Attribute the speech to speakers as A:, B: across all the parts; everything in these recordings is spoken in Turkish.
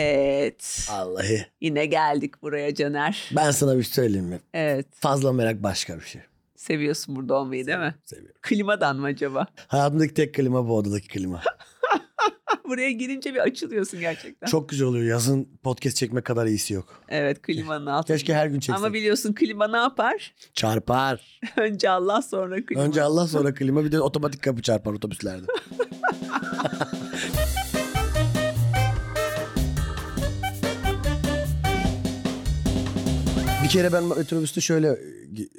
A: Evet.
B: Vallahi.
A: Yine geldik buraya Caner.
B: Ben sana bir şey söyleyeyim mi?
A: Evet.
B: Fazla merak başka bir şey.
A: Seviyorsun burada olmayı değil mi?
B: Seviyorum.
A: Klimadan mı acaba?
B: Hayatımdaki tek klima bu odadaki klima.
A: Buraya girince bir açılıyorsun gerçekten.
B: Çok güzel oluyor. Yazın podcast çekmek kadar iyisi yok.
A: Evet klimanın altında.
B: Keşke her şey gün çeksek.
A: Ama biliyorsun klima ne yapar?
B: Çarpar.
A: Önce Allah sonra klima.
B: Önce Allah sonra klima bir de otomatik kapı çarpar otobüslerde. bir kere ben metrobüste şöyle e,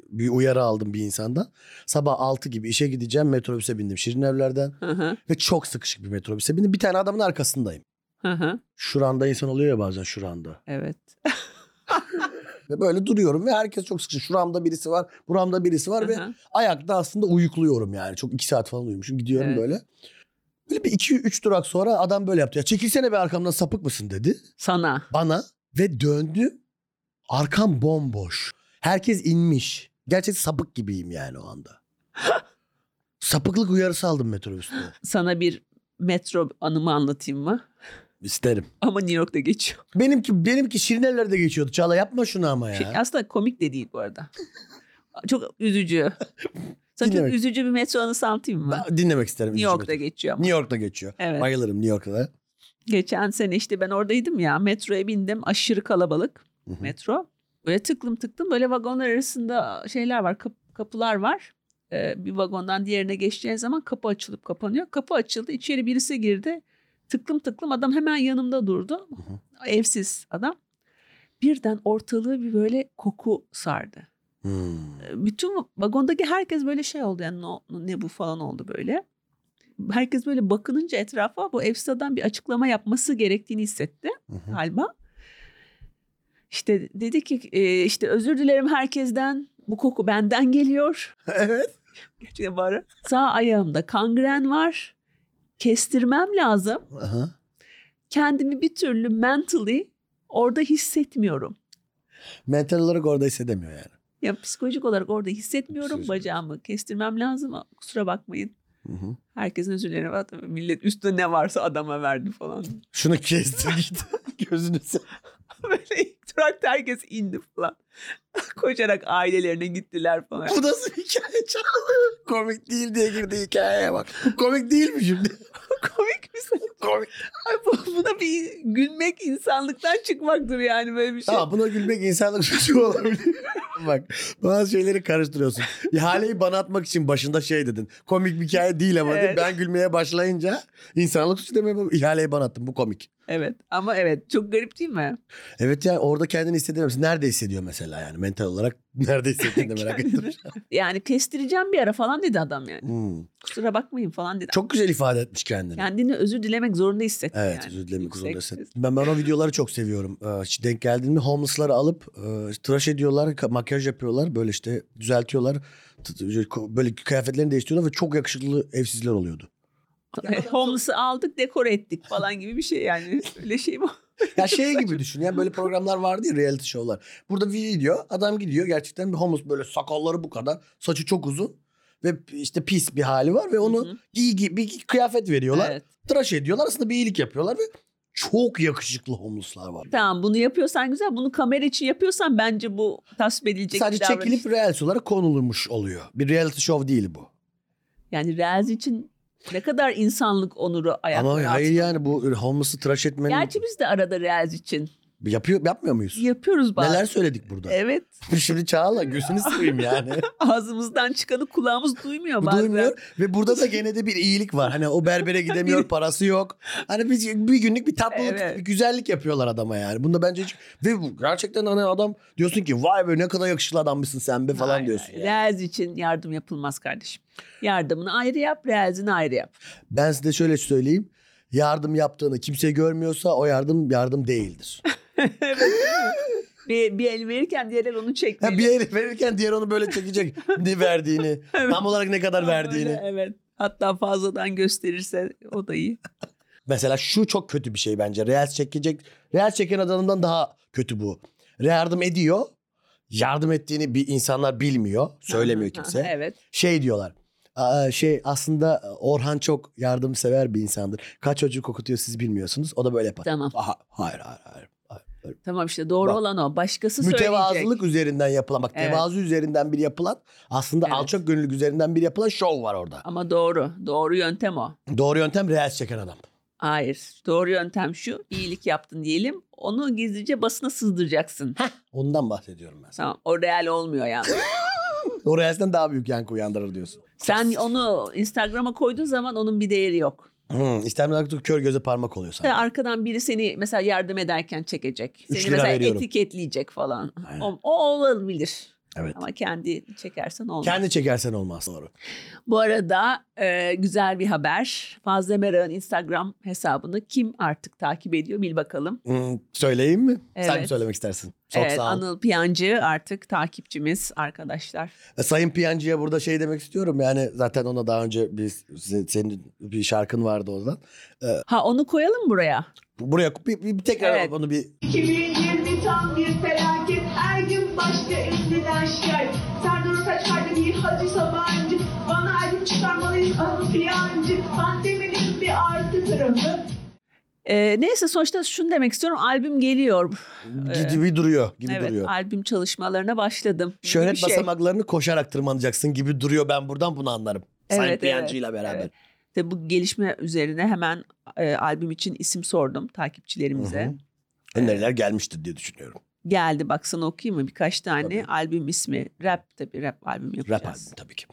B: bir uyarı aldım bir insandan. Sabah 6 gibi işe gideceğim metrobüse bindim Şirin Evler'den.
A: Hı hı,
B: Ve çok sıkışık bir metrobüse bindim. Bir tane adamın arkasındayım.
A: hı hı.
B: Şuranda insan oluyor ya bazen şuranda.
A: evet.
B: Ve böyle duruyorum ve herkes çok sıkışık. Şuramda birisi var, buramda birisi var ve
A: Hı hı.
B: ayakta aslında uyukluyorum yani. Çok iki saat falan uyumuşum. Gidiyorum
A: Evet.
B: böyle. Böyle bir iki üç durak sonra adam böyle yaptı. Ya çekilsene be arkamdan sapık mısın dedi
A: Sana.
B: bana ve döndü. Arkam bomboş. Herkes inmiş. Gerçek sapık gibiyim yani o anda. Sapıklık uyarısı aldım metrobüste.
A: Sana bir metro anımı anlatayım mı?
B: İsterim.
A: Ama New York'ta geçiyor.
B: Benimki benimki şirinelerde geçiyordu. Çağla yapma şunu ama ya.
A: Şey, Aslında komik de değil bu arada. çok üzücü. Sana çok
B: Dinlemek.
A: üzücü bir metro anısı anlatayım mı?
B: Ben dinlemek isterim.
A: New
B: üzücü
A: York'ta
B: metro.
A: geçiyor. ama.
B: New York'ta geçiyor.
A: Evet.
B: Bayılırım New York'ta da.
A: Geçen sene işte ben oradaydım ya metroya bindim aşırı kalabalık
B: Hı hı.
A: metro. Böyle tıklım tıklım böyle vagonlar arasında şeyler var kap- kapılar var. Ee, bir vagondan diğerine geçeceğin zaman kapı açılıp kapanıyor. Kapı açıldı içeri birisi girdi tıklım tıklım adam hemen yanımda durdu. Evsiz adam. Birden ortalığı bir böyle koku sardı.
B: Hmm.
A: Ee, Bütün vagondaki herkes böyle şey oldu yani "No, ne bu falan oldu böyle. Herkes böyle bakınınca etrafa bu evsiz adam bir açıklama yapması gerektiğini hissetti
B: Hı hı.
A: galiba. İşte dedi ki e, işte özür dilerim herkesten bu koku benden geliyor.
B: evet.
A: Gerçekten bağırıyor. Sağ ayağımda kangren var. Kestirmem lazım.
B: Aha.
A: Kendimi bir türlü mentally orada hissetmiyorum.
B: Mental olarak orada hissedemiyor yani.
A: Ya psikolojik olarak orada hissetmiyorum.
B: Psikolojik.
A: Bacağımı kestirmem lazım. Kusura bakmayın.
B: Hı hı.
A: Herkesin özür dilerim. Hatta Millet üstüne ne varsa adama verdi falan.
B: Şunu kestir git. Gözünü se-
A: Böyle ilk durakta herkes indi falan. Koşarak ailelerine gittiler falan.
B: Bu nasıl bir hikaye Çağla? Komik değil diye girdi hikayeye bak. Komik değil mi şimdi?
A: Komik bir sen.
B: Komik.
A: Ay bu, buna bir gülmek insanlıktan çıkmaktır yani böyle bir şey.
B: Ha buna gülmek insanlık suçu olabilir. bak bazı şeyleri karıştırıyorsun. İhaleyi bana atmak için başında şey dedin. Komik bir hikaye değil ama
A: Evet.
B: ben gülmeye başlayınca insanlık suçu demeye bak- ihaleyi bana attın bu komik.
A: Evet ama evet çok garip değil mi?
B: Evet yani orada kendini hissedemiyorsun. Nerede hissediyor mesela yani mental olarak nerede hissettiğini de merak ettim.
A: Yani kestireceğim bir ara falan dedi adam yani.
B: Hmm.
A: Kusura bakmayın falan dedi.
B: Çok güzel ifade etmiş kendini.
A: Kendini özür dilemek zorunda hissetti
B: Evet
A: yani.
B: özür dilemek
A: Yüksek
B: zorunda
A: ses.
B: hissettim. Ben, ben o videoları çok seviyorum. Ee, hiç denk geldin mi? Homeless'ları alıp e, tıraş ediyorlar, ka- makyaj yapıyorlar. Böyle işte düzeltiyorlar. T- t- Böyle kıyafetlerini değiştiriyorlar ve çok yakışıklı evsizler oluyordu.
A: Homeless'ı aldık dekor ettik falan gibi bir şey yani. Öyle şey mi?
B: Ya şey gibi düşün. Yani böyle programlar vardı ya reality show'lar. Burada video adam gidiyor gerçekten bir homeless böyle sakalları bu kadar. Saçı çok uzun ve işte pis bir hali var ve onu
A: Hı hı.
B: giy, giy- bir kıyafet veriyorlar.
A: Evet.
B: Tıraş ediyorlar. Aslında bir iyilik yapıyorlar ve çok yakışıklı homeless'lar var.
A: Tamam bunu yapıyorsan güzel. Bunu kamera için yapıyorsan bence bu tasvip edilecek bir
B: Sadece
A: davranış.
B: çekilip reels olarak konulmuş oluyor. Bir reality show değil bu.
A: Yani Reels için ne kadar insanlık onuru ayakta.
B: Ama hayır yani bu homeless'ı tıraş etmenin
A: Gerçi biz de arada Reels için
B: yapıyor yapmıyor muyuz?
A: yapıyoruz bazen.
B: Neler söyledik burada?
A: Evet.
B: Şimdi Çağla gözünü seveyim yani.
A: Ağzımızdan çıkanı kulağımız duymuyor bazen.
B: Duymuyor ve burada da gene de bir iyilik var. Hani o berbere gidemiyor, parası yok. Hani bir, bir günlük bir tatlılık,
A: Evet.
B: bir güzellik yapıyorlar adama yani. Bunda bence hiç... Ve bu gerçekten hani adam diyorsun ki vay be ne kadar yakışıklı adammışsın sen be falan
A: Hayır,
B: diyorsun.
A: hayır.
B: yani.
A: Reels için yardım yapılmaz kardeşim. Yardımını ayrı yap, Reels'ini ayrı yap.
B: Ben size şöyle söyleyeyim. Yardım yaptığını kimse görmüyorsa o yardım yardım değildir.
A: Bir, bir el verirken diğer el onu
B: Ha,
A: çekmeli.
B: bir herif verirken diğer onu böyle çekecek. ne verdiğini. Tam olarak ne kadar
A: Tam böyle,
B: verdiğini.
A: evet. Hatta fazladan gösterirse o da iyi.
B: Mesela şu çok kötü bir şey bence. Reels çekecek. Reels çeken adamdan daha kötü bu. Yardım ediyor. Yardım ettiğini bir insanlar bilmiyor. Söylemiyor
A: Aha,
B: kimse.
A: evet.
B: Şey diyorlar. Aa, şey aslında Orhan çok yardımsever bir insandır. Kaç çocuk okutuyor siz bilmiyorsunuz. O da böyle yapar.
A: Tamam.
B: Aha, hayır hayır hayır. hayır.
A: Tamam işte doğru
B: Bak,
A: olan o. Başkası söyleyecek.
B: Mütevazılık üzerinden yapılan bak
A: Evet.
B: tevazu üzerinden bir yapılan aslında
A: Evet.
B: alçak gönüllülük üzerinden bir yapılan şov var orada.
A: Ama doğru. Doğru yöntem o.
B: Doğru yöntem reels çeken adam.
A: Hayır. Doğru yöntem şu. iyilik yaptın diyelim. Onu gizlice basına sızdıracaksın.
B: Ondan bahsediyorum ben. sana.
A: Tamam. O real olmuyor yani.
B: O reels'ten daha büyük yankı uyandırır diyorsun.
A: Sen onu Instagram'a koyduğun zaman onun bir değeri yok.
B: Hmm, İstanbul Atatürk kör göze parmak oluyor
A: Ve
B: sanki.
A: arkadan biri seni mesela yardım ederken çekecek. Seni
B: Üç lira
A: mesela
B: veriyorum.
A: etiketleyecek falan.
B: Aynen.
A: O, o olabilir.
B: Evet.
A: Ama kendi çekersen olmaz.
B: Kendi çekersen olmaz. Doğru.
A: Bu arada e, güzel bir haber. Fazla Mera'nın Instagram hesabını kim artık takip ediyor bil bakalım.
B: Hmm, söyleyeyim mi? Sen mi
A: Evet.
B: söylemek istersin? Çok
A: Evet,
B: sağ ol.
A: Anıl Piyancı artık takipçimiz arkadaşlar.
B: E, Sayın Piyancı'ya burada şey demek istiyorum. Yani zaten ona daha önce bir, se- senin bir şarkın vardı oradan.
A: Ha onu koyalım buraya.
B: Bu- Buraya bir, bir- bir tekrar
A: Evet.
B: onu bir
C: 2020 tam bir felaket Her gün başka ünlüden şikayet Serdar Ortaç kaydı değil Hacı Sabancı Bana albüm çıkarmalıyız Anı Fiyancı Pandeminin bir artı tarafı
A: E, neyse sonuçta şunu demek istiyorum. Albüm geliyor.
B: gibi duruyor gibi
A: evet
B: duruyor.
A: albüm çalışmalarına başladım. gibi
B: Şöhret
A: bir şey.
B: basamaklarını koşarak tırmanacaksın gibi duruyor. Ben buradan bunu anlarım. Sayın
A: Evet,
B: Piyancı'yla beraber.
A: evet. İşte bu gelişme üzerine hemen e, albüm için isim sordum takipçilerimize.
B: Hı hı. Öneriler gelmiştir diye düşünüyorum.
A: Geldi baksana okuyayım mı birkaç tane
B: Tabii.
A: albüm ismi. Rap tabii rap albüm
B: Rap
A: yapacağız.
B: albüm tabii ki.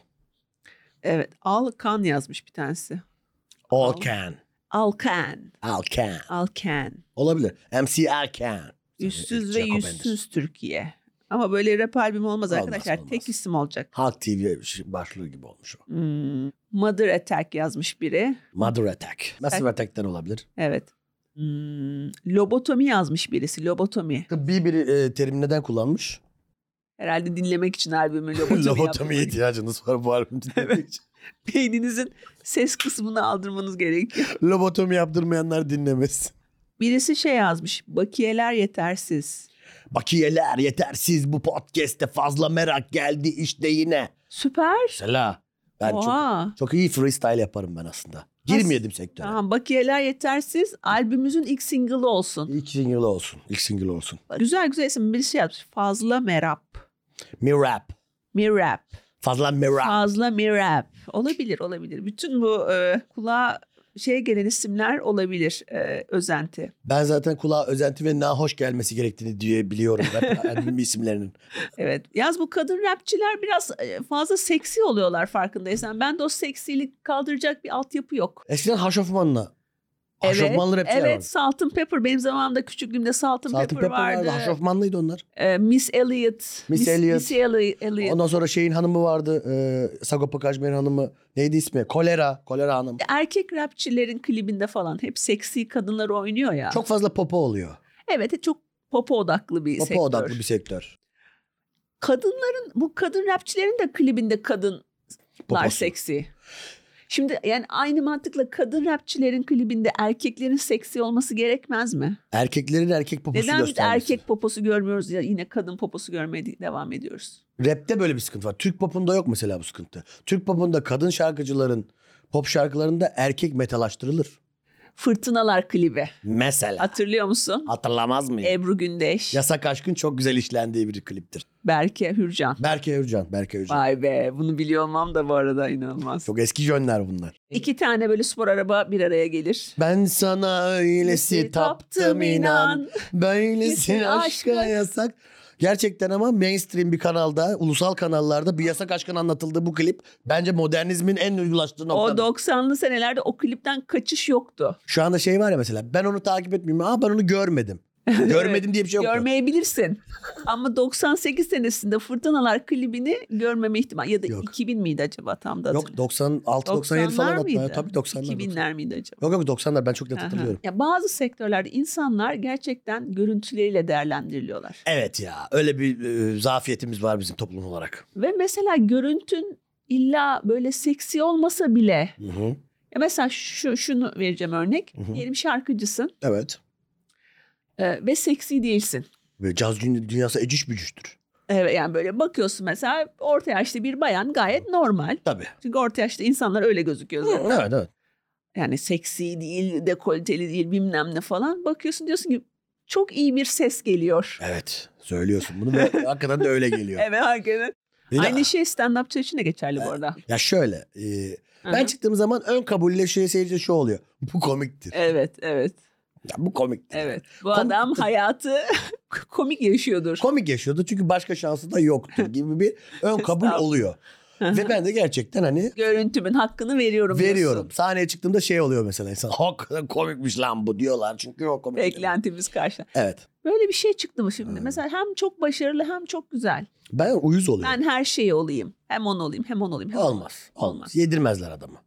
A: Evet Alkan yazmış bir tanesi.
B: All
A: Al-
B: can.
A: Alkan.
B: All can.
A: Alkan.
B: Olabilir. MC Erken.
A: Üstsüz ve
B: Jacob Anders.
A: yüzsüz Türkiye. Ama böyle rap albümü olmaz
B: Olmaz,
A: arkadaşlar.
B: olmaz.
A: Tek isim olacak.
B: Halk TV başlığı gibi olmuş o.
A: Hmm. Mother Attack yazmış biri.
B: Mother Attack. Massive Attack'ten olabilir.
A: Evet. Hmm. Lobotomi yazmış birisi. Lobotomi.
B: Tıbbi bir e, terim neden kullanmış?
A: Herhalde dinlemek için albümü lobotomi,
B: Lobotomiye
A: yaptırmak.
B: ihtiyacınız var bu albüm dinlemek
A: Evet.
B: için.
A: Beyninizin ses kısmını aldırmanız gerekiyor.
B: Lobotomi yaptırmayanlar dinlemez.
A: Birisi şey yazmış. Bakiyeler yetersiz.
B: Bakiyeler yetersiz bu podcast'te fazla merak geldi işte yine.
A: Süper.
B: Mesela ben çok,
A: Oha.
B: çok iyi freestyle yaparım ben aslında. Girmeyedim sektöre.
A: Tamam bakiyeler yetersiz. Albümümüzün ilk single'ı olsun.
B: İlk single olsun. İlk single olsun.
A: Güzel güzel isim. Birisi yazmış. Fazla merap.
B: Mirap.
A: Mirap.
B: Fazla mirap.
A: Fazla mirap. Olabilir olabilir. Bütün bu e, kulağa şey gelen isimler olabilir e, özenti.
B: Ben zaten kulağa özenti ve nahoş gelmesi gerektiğini diye biliyorum rap albümü isimlerinin.
A: Evet. Yaz bu kadın rapçiler biraz e, fazla seksi oluyorlar farkındaysan. Ben de o seksilik kaldıracak bir altyapı yok.
B: Eskiden Haşofman'la. Haşofmanlı
A: evet,
B: rapçiler
A: evet
B: şey vardı.
A: Salt and Pepper benim zamanımda küçüklüğümde Salt and
B: Salt and
A: Pepper,
B: Pepper vardı.
A: vardı.
B: Haşofmanlıydı onlar.
A: E, Miss Elliot.
B: Miss Elliot.
A: Miss Elli- Elliot.
B: Ondan sonra şeyin hanımı vardı. E, Sagopa Kajmer'in hanımı. Neydi ismi? Kolera. Kolera hanım.
A: Erkek rapçilerin klibinde falan hep seksi kadınlar oynuyor ya.
B: Çok fazla popo oluyor.
A: Evet çok popo odaklı bir
B: Popo
A: sektör.
B: odaklı bir sektör.
A: kadınların bu kadın rapçilerin de klibinde kadınlar
B: Poposu.
A: seksi. Şimdi yani aynı mantıkla kadın rapçilerin klibinde erkeklerin seksi olması gerekmez mi?
B: Erkeklerin erkek poposu
A: Neden biz
B: göstermesi.
A: erkek poposu görmüyoruz ya yine kadın poposu görmeye de- devam ediyoruz?
B: Rap'te böyle bir sıkıntı var. Türk popunda yok mesela bu sıkıntı. Türk popunda kadın şarkıcıların pop şarkılarında erkek metalaştırılır.
A: Fırtınalar klibi.
B: Mesela.
A: Hatırlıyor musun?
B: Hatırlamaz mıyım?
A: Ebru Gündeş,
B: Yasak Aşk'ın çok güzel işlendiği bir kliptir.
A: Berke Hürcan.
B: Berke Özcan, Berke Özcan.
A: Vay be bunu biliyor olmam da bu arada inanılmaz.
B: Çok eski jönler bunlar.
A: İki tane böyle spor araba bir araya gelir.
B: Ben sana öylesi taptım inan. Böylesi
A: Kesin
B: aşka
A: aşka.
B: yasak. Gerçekten ama mainstream bir kanalda, ulusal kanallarda bir yasak aşkın anlatıldığı bu klip bence modernizmin en uygulaştığı
A: O
B: nokta.
A: 90'lı senelerde o klipten kaçış yoktu.
B: Şu anda şey var ya mesela ben onu takip etmiyorum. Aa ben onu görmedim. Görmedim diye bir şey yoktu.
A: Görmeyebilirsin. Ama 98 senesinde Fırtınalar klibini görmeme ihtimali ya da
B: Yok.
A: 2000 miydi acaba tam da
B: Yok 96 97 falan
A: 90'lar
B: hatta.
A: mıydı?
B: Tabii 90'lar.
A: 2000'ler miydi acaba?
B: Yok yok 90'lar ben çok net
A: Aha.
B: hatırlıyorum.
A: Ya bazı sektörlerde insanlar gerçekten görüntüleriyle değerlendiriliyorlar.
B: Evet ya öyle bir e, zafiyetimiz var bizim toplum olarak.
A: Ve mesela görüntün illa böyle seksi olmasa bile
B: Hı hı.
A: ya mesela şu şunu vereceğim örnek.
B: Hı hı.
A: Diyelim şarkıcısın
B: Evet.
A: e, ve seksi değilsin.
B: Ve caz gün- dünyası eciş bücüştür.
A: Evet, yani böyle bakıyorsun mesela orta yaşlı bir bayan gayet normal.
B: Tabii.
A: Çünkü orta yaşlı insanlar öyle gözüküyor zaten.
B: Evet evet.
A: Yani seksi değil, dekolteli değil bilmem ne falan. Bakıyorsun diyorsun ki çok iyi bir ses geliyor.
B: Evet. Söylüyorsun bunu ve hakikaten de öyle geliyor.
A: Evet hakikaten.
B: Bir de-
A: Aynı şey stand-upçı için de geçerli bu arada.
B: Ya şöyle. e, ben
A: Aha.
B: çıktığım zaman ön kabulle şey seyirci şu oluyor. Bu komiktir.
A: Evet, evet,
B: Ya bu komiktir.
A: evet. Bu
B: Komik-
A: adam hayatı komik yaşıyordur.
B: Komik yaşıyordu çünkü başka şansı da yoktu gibi bir ön kabul
A: Estağfurullah.
B: oluyor. Ve ben de gerçekten hani
A: Görüntümün hakkını veriyorum
B: veriyorum.
A: diyorsun.
B: Sahneye çıktığımda şey oluyor mesela insan. Hakikaten komikmiş lan bu diyorlar çünkü o komik.
A: Beklentimiz karşı.
B: Evet.
A: Böyle bir şey çıktı mı şimdi?
B: Evet.
A: Mesela hem çok başarılı hem çok güzel.
B: Ben uyuz oluyorum.
A: Ben her şeyi olayım. Hem on olayım hem on olayım. Hem on olayım.
B: Olmaz. Olmaz. Yedirmezler adamı.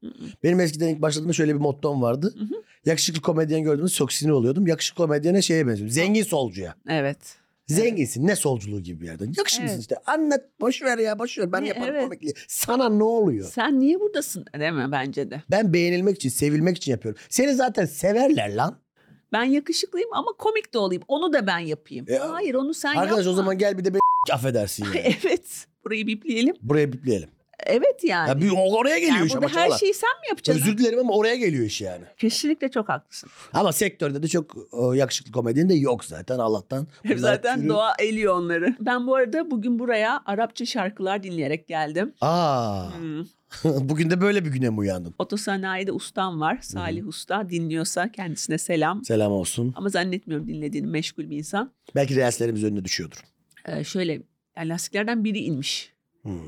B: Benim eskiden ilk başladığımda şöyle bir mottom vardı.
A: Hı
B: Yakışıklı komedyen gördüğümde çok sinir oluyordum. Yakışıklı komedyene şeye benziyorum. Zengin solcuya.
A: Evet.
B: Zenginsin ne solculuğu gibi bir yerden. Yakışıklısın
A: Evet.
B: işte. Anlat boş ver ya boş ver. Ben
A: Ne,
B: yaparım
A: evet.
B: komikliği. Sana ne oluyor?
A: Sen niye buradasın değil mi bence de?
B: Ben beğenilmek için, sevilmek için yapıyorum. Seni zaten severler lan.
A: Ben yakışıklıyım ama komik de olayım. Onu da ben yapayım.
B: Ya.
A: Hayır onu sen
B: E, Arkadaş
A: yapma.
B: o zaman gel bir de beni affedersin yani.
A: evet. Burayı bipleyelim.
B: Buraya bipleyelim.
A: Evet yani.
B: Ya bir, oraya geliyor
A: yani
B: iş
A: burada
B: ama
A: her şey
B: Çağla.
A: şeyi sen mi yapacaksın?
B: Özür dilerim ama oraya geliyor iş yani.
A: Kesinlikle çok haklısın.
B: Ama sektörde de çok e, yakışıklı komedyen de yok zaten Allah'tan. Bunlar
A: Zaten
B: türü-
A: doğa eliyor onları. Ben bu arada bugün buraya Arapça şarkılar dinleyerek geldim.
B: Aa,
A: Hmm.
B: bugün de böyle bir güne mi uyandın?
A: Otosanayide ustam var. Salih Usta dinliyorsa kendisine selam.
B: Selam olsun.
A: Ama zannetmiyorum dinlediğini meşgul bir insan.
B: Belki reelslerimiz önüne düşüyordur.
A: Ee, şöyle yani lastiklerden biri inmiş.
B: Hmm.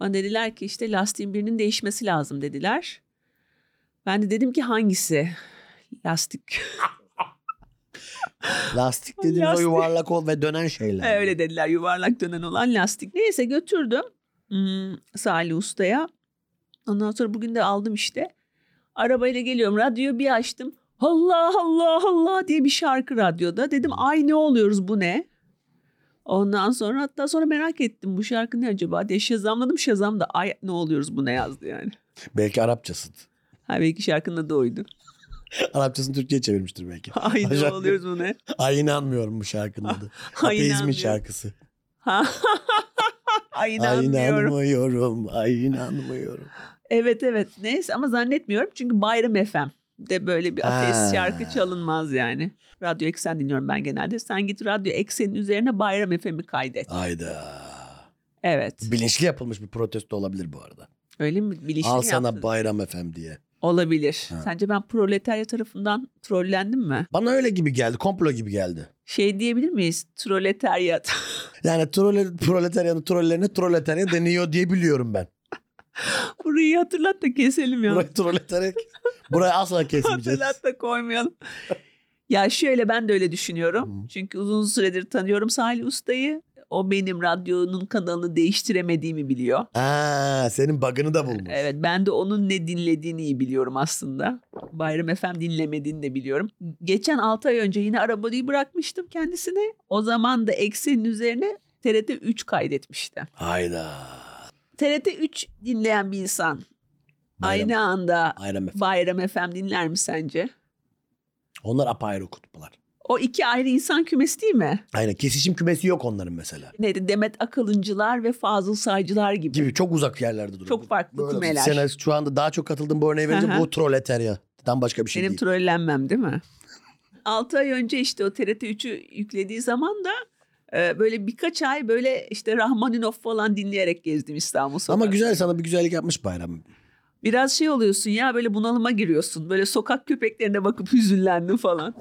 A: Bana dediler ki işte lastiğin birinin değişmesi lazım dediler. Ben de dedim ki hangisi? Lastik.
B: Lastik dediğimiz
A: Lastik.
B: o yuvarlak ol ve dönen şeyler.
A: Öyle dediler yuvarlak dönen olan lastik. Neyse götürdüm hmm, Salih Usta'ya. Ondan sonra bugün de aldım işte. Arabayla geliyorum radyoyu bir açtım. Allah Allah Allah diye bir şarkı radyoda. Dedim ay ne oluyoruz bu ne? Ondan sonra hatta sonra merak ettim bu şarkı ne acaba diye şazamladım. Şazam da ay ne oluyoruz bu ne yazdı yani.
B: Belki Arapçasın.
A: Ha belki şarkının adı oydu.
B: Arapçasını Türkçe'ye çevirmiştir belki.
A: Ay ne
B: Şarkı-
A: oluyoruz bu ne?
B: Ay inanmıyorum bu şarkının adı.
A: Ay
B: Ateizmin
A: inanmıyorum.
B: şarkısı.
A: Ha. Ay
B: Ay
A: inanmıyorum.
B: inanmıyorum. Ay inanmıyorum.
A: Evet evet neyse ama zannetmiyorum çünkü Bayram FM de böyle bir ateist
B: Ha.
A: şarkı çalınmaz yani. Radyo Eksen dinliyorum ben genelde. Sen git Radyo Eksen'in üzerine Bayram FM'i kaydet.
B: Ayda.
A: Evet.
B: Bilinçli yapılmış bir protesto olabilir bu arada.
A: Öyle mi? Bilişim
B: Al sana
A: yaptın.
B: bayram efem diye.
A: Olabilir.
B: Ha.
A: Sence ben proletarya tarafından trollendim mi?
B: Bana öyle gibi geldi. Komplo gibi geldi.
A: Şey diyebilir miyiz? Troletarya.
B: Yani trole, proletaryanın trollerine proletarya deniyor diye biliyorum ben.
A: Burayı hatırlat da keselim ya.
B: Burayı proletarya... Burayı asla kesmeyeceğiz.
A: Hatırlat da koymayalım. ya şöyle ben de öyle düşünüyorum.
B: Hı.
A: Çünkü uzun süredir tanıyorum Salih Usta'yı. O benim radyonun kanalını değiştiremediğimi biliyor.
B: Aa, senin bug'ını da bulmuş.
A: Evet ben de onun ne dinlediğini iyi biliyorum aslında. Bayram Efem dinlemediğini de biliyorum. Geçen 6 ay önce yine arabayı bırakmıştım kendisine. O zaman da eksenin üzerine TRT 3 kaydetmişti.
B: Hayda.
A: TRT 3 dinleyen bir insan
B: Bayram-
A: aynı anda
B: Bayram efem.
A: Bayram Efem dinler mi sence?
B: Onlar apayrı kutuplar.
A: O iki ayrı insan kümesi değil mi?
B: Aynen kesişim kümesi yok onların mesela.
A: neydi Demet Akalıntılar ve Fazıl Saycılar gibi.
B: Gibi çok uzak yerlerde duruyor.
A: Çok farklı
B: Böyle
A: kümeler.
B: Sen hani şu anda daha çok katıldığın bu örneği verince
A: Hı hı.
B: bu proletaryadan başka bir şey
A: Benim
B: değil.
A: trollenmem değil mi? 6 ay önce işte o TRT 3'ü yüklediği zaman da e, böyle birkaç ay böyle işte Rahmaninov falan dinleyerek gezdim İstanbul
B: Ama
A: sokaklarını.
B: güzel sana bir güzellik yapmış bayram.
A: Biraz şey oluyorsun ya böyle bunalıma giriyorsun. Böyle sokak köpeklerine bakıp hüzünlendim falan.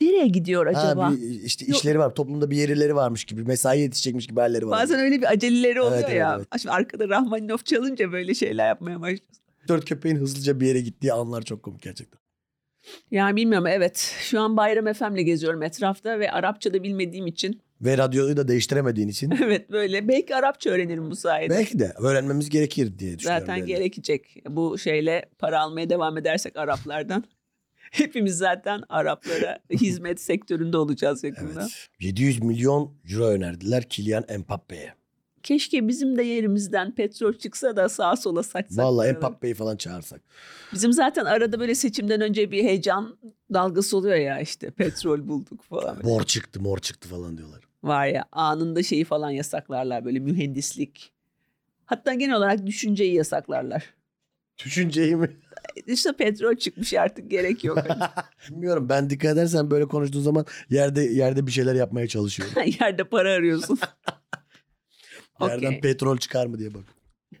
A: Nereye gidiyor acaba?
B: Ha, bir, işte
A: Yok.
B: işleri var. Toplumda bir yerleri varmış gibi. Mesai yetişecekmiş gibi halleri var.
A: Bazen öyle bir aceleleri oluyor
B: Evet, evet,
A: ya.
B: evet.
A: Şimdi arkada Rahmaninov çalınca böyle şeyler yapmaya başlıyor.
B: Dört köpeğin hızlıca bir yere gittiği anlar çok komik gerçekten.
A: Yani bilmiyorum evet. Şu an Bayram Efem'le geziyorum etrafta ve Arapça da bilmediğim için.
B: Ve radyoyu da değiştiremediğin için
A: Evet böyle. Belki Arapça öğrenirim bu sayede.
B: belki de öğrenmemiz gerekir diye düşünüyorum.
A: zaten
B: yani.
A: gerekecek. Bu şeyle para almaya devam edersek Araplardan. Hepimiz zaten Araplara hizmet sektöründe olacağız yakında.
B: Evet. 700 milyon euro önerdiler Kylian Mbappe'ye.
A: Keşke bizim de yerimizden petrol çıksa da sağa sola saçsak.
B: Vallahi
A: paraları.
B: Mbappe'yi falan çağırsak.
A: Bizim zaten arada böyle seçimden önce bir heyecan dalgası oluyor ya işte petrol bulduk falan.
B: Bor çıktı mor çıktı falan diyorlar.
A: var ya anında şeyi falan yasaklarlar böyle mühendislik. Hatta genel olarak düşünceyi yasaklarlar.
B: Düşünceyi mi?
A: İşte petrol çıkmış artık gerek yok.
B: Bilmiyorum ben dikkat edersen böyle konuştuğun zaman yerde yerde bir şeyler yapmaya çalışıyorum.
A: Yerde para arıyorsun.
B: Yerden
A: Okey.
B: petrol çıkar mı diye bak.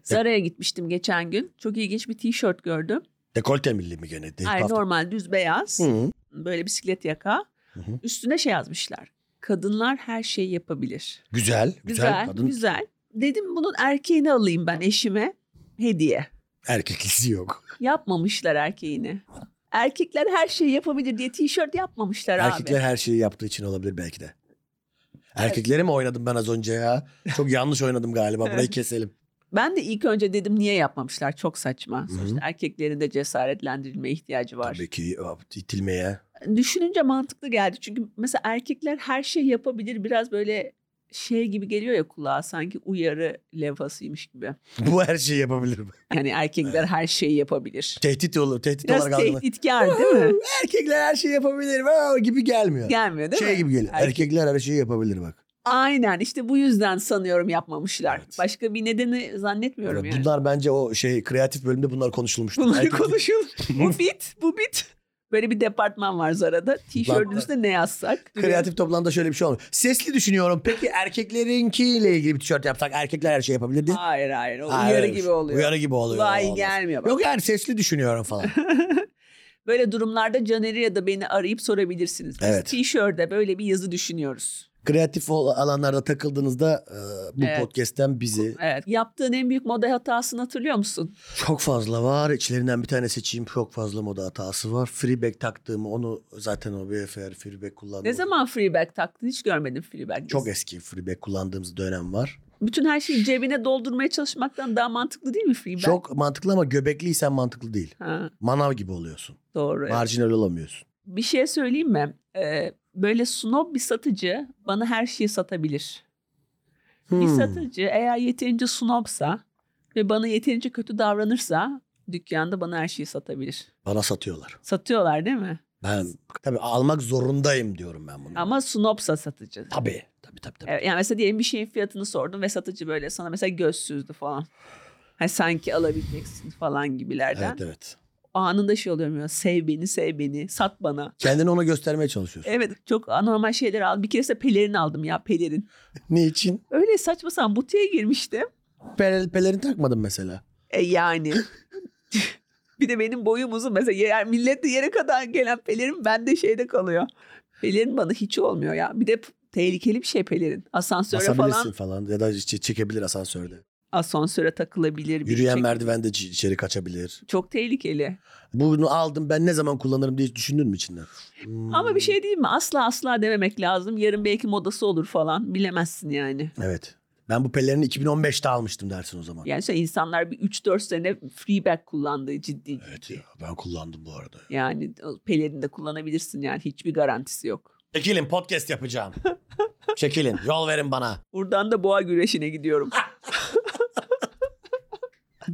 A: Zara'ya gitmiştim geçen gün. Çok ilginç bir tişört gördüm.
B: Dekolte milli mi gene? Değil,
A: Hayır
B: paf-
A: normal düz beyaz.
B: E, Hı.
A: Böyle bisiklet yaka.
B: Hı hı.
A: Üstüne şey yazmışlar. Kadınlar her şeyi yapabilir.
B: Güzel, güzel,
A: Güzel,
B: kadın.
A: güzel. Dedim bunun erkeğini alayım ben eşime hediye.
B: Erkeklisi yok.
A: Yapmamışlar erkeğini. Erkekler her şeyi yapabilir diye tişört yapmamışlar
B: Erkekler
A: abi.
B: her şeyi yaptığı için olabilir belki de. Erkekleri mi oynadım ben az önce ya? Çok yanlış oynadım galiba. Burayı
A: Evet.
B: keselim.
A: Ben de ilk önce dedim niye yapmamışlar çok saçma.
B: hı.
A: Sonuçta erkeklerin de cesaretlendirilmeye ihtiyacı var.
B: Tabii ki hop, itilmeye.
A: Düşününce mantıklı geldi. Çünkü mesela erkekler her şeyi yapabilir biraz böyle şey gibi geliyor ya kulağa sanki uyarı levhasıymış gibi.
B: Bu her şeyi yapabilir mi?
A: Yani erkekler her şeyi yapabilir.
B: Tehdit olur, tehdit
A: Biraz
B: olarak algılanır.
A: tehditkar değil mi?
B: Erkekler her şeyi yapabilir mi? Aa, gibi gelmiyor.
A: Gelmiyor değil
B: şey
A: mi?
B: gibi geliyor.
A: Erkek-
B: Erkekler her şeyi yapabilir bak.
A: Aynen işte bu yüzden sanıyorum yapmamışlar.
B: Evet.
A: Başka bir nedeni zannetmiyorum yani.
B: Bunlar bence o şey kreatif bölümde bunlar konuşulmuştu.
A: Bunları
B: Erkek-
A: konuşalım. bu bit, bu bit. Böyle bir departman var Zara'da. Tişörtün
B: Lan-
A: üstüne ne yazsak? duruyor.
B: Kreatif toplantıda şöyle bir şey olmuş. Sesli düşünüyorum. Peki erkeklerinkiyle ilgili bir tişört yapsak erkekler her şeyi yapabilir diye.
A: Hayır hayır. O
B: Ha,
A: uyarı
B: öyleymiş.
A: gibi oluyor.
B: Uyarı gibi oluyor.
A: Kulağa iyi
B: Olmaz.
A: gelmiyor bak.
B: Yok yani sesli düşünüyorum falan.
A: Böyle durumlarda Caner'i ya da beni arayıp sorabilirsiniz. Biz
B: Evet.
A: tişörde böyle bir yazı düşünüyoruz.
B: Kreatif ol- alanlarda takıldığınızda e, bu
A: Evet.
B: podcast'ten bizi
A: Evet. Yaptığın en büyük moda hatasını hatırlıyor musun?
B: çok fazla var. İçlerinden bir tane seçeyim. Çok fazla moda hatası var. Freeback taktığımı onu zaten o BFR freeback kullandım.
A: Ne zaman freeback taktın? Hiç görmedim freeback.
B: Çok e- eski freeback kullandığımız dönem var.
A: Bütün her şeyi cebine doldurmaya çalışmaktan daha mantıklı değil mi freeback?
B: Çok mantıklı ama göbekliysen mantıklı değil.
A: Ha,
B: Manav gibi oluyorsun.
A: doğru. evet.
B: Marjinal olamıyorsun.
A: Bir şey söyleyeyim mi? Ee, böyle snob bir satıcı bana her şeyi satabilir. Bir
B: Hmm.
A: satıcı eğer yeterince snobsa ve bana yeterince kötü davranırsa dükkanda bana her şeyi satabilir.
B: Bana satıyorlar.
A: Satıyorlar değil mi?
B: Ben tabii almak zorundayım diyorum ben bunu.
A: Ama snobsa satıcı.
B: Tabii. Tabii tabii tabii.
A: Evet, Yani mesela diyelim bir şeyin fiyatını sordum ve satıcı böyle sana mesela gözsüzdü falan. Hani sanki alabileceksin falan gibilerden.
B: evet evet.
A: Anında şey oluyorum ya sev beni sev beni sat bana.
B: Kendini ona göstermeye çalışıyorsun.
A: Evet çok anormal şeyler aldım. Bir keresinde pelerin aldım ya pelerin.
B: Niçin?
A: Öyle saçma sapan butiğe girmiştim.
B: Pel, pelerin takmadım mesela.
A: E yani. bir de benim boyum uzun. Mesela yer, millet de yere kadar gelen pelerin bende şeyde kalıyor. Pelerin bana hiç olmuyor ya. Bir de p- tehlikeli bir şey pelerin. Asansöre
B: Basabilirsin
A: falan
B: falan. ya da işte çekebilir asansörde.
A: asansöre takılabilir. bir
B: Yürüyen
A: çek-
B: merdiven de c- içeri kaçabilir.
A: Çok tehlikeli.
B: Bunu aldım ben ne zaman kullanırım diye hiç düşündün mü içinden? Hmm.
A: Ama bir şey değil mi? Asla asla dememek lazım. Yarın belki modası olur falan. Bilemezsin yani.
B: Evet. Ben bu pelerini 2015'te almıştım dersin o zaman.
A: Yani işte insanlar bir 3-4 sene freeback kullandı ciddi.
B: Evet ya ben kullandım bu arada.
A: Yani o pelerini de kullanabilirsin yani. Hiçbir garantisi yok.
B: Çekilin podcast yapacağım. Çekilin yol verin bana.
A: Buradan da boğa güreşine gidiyorum.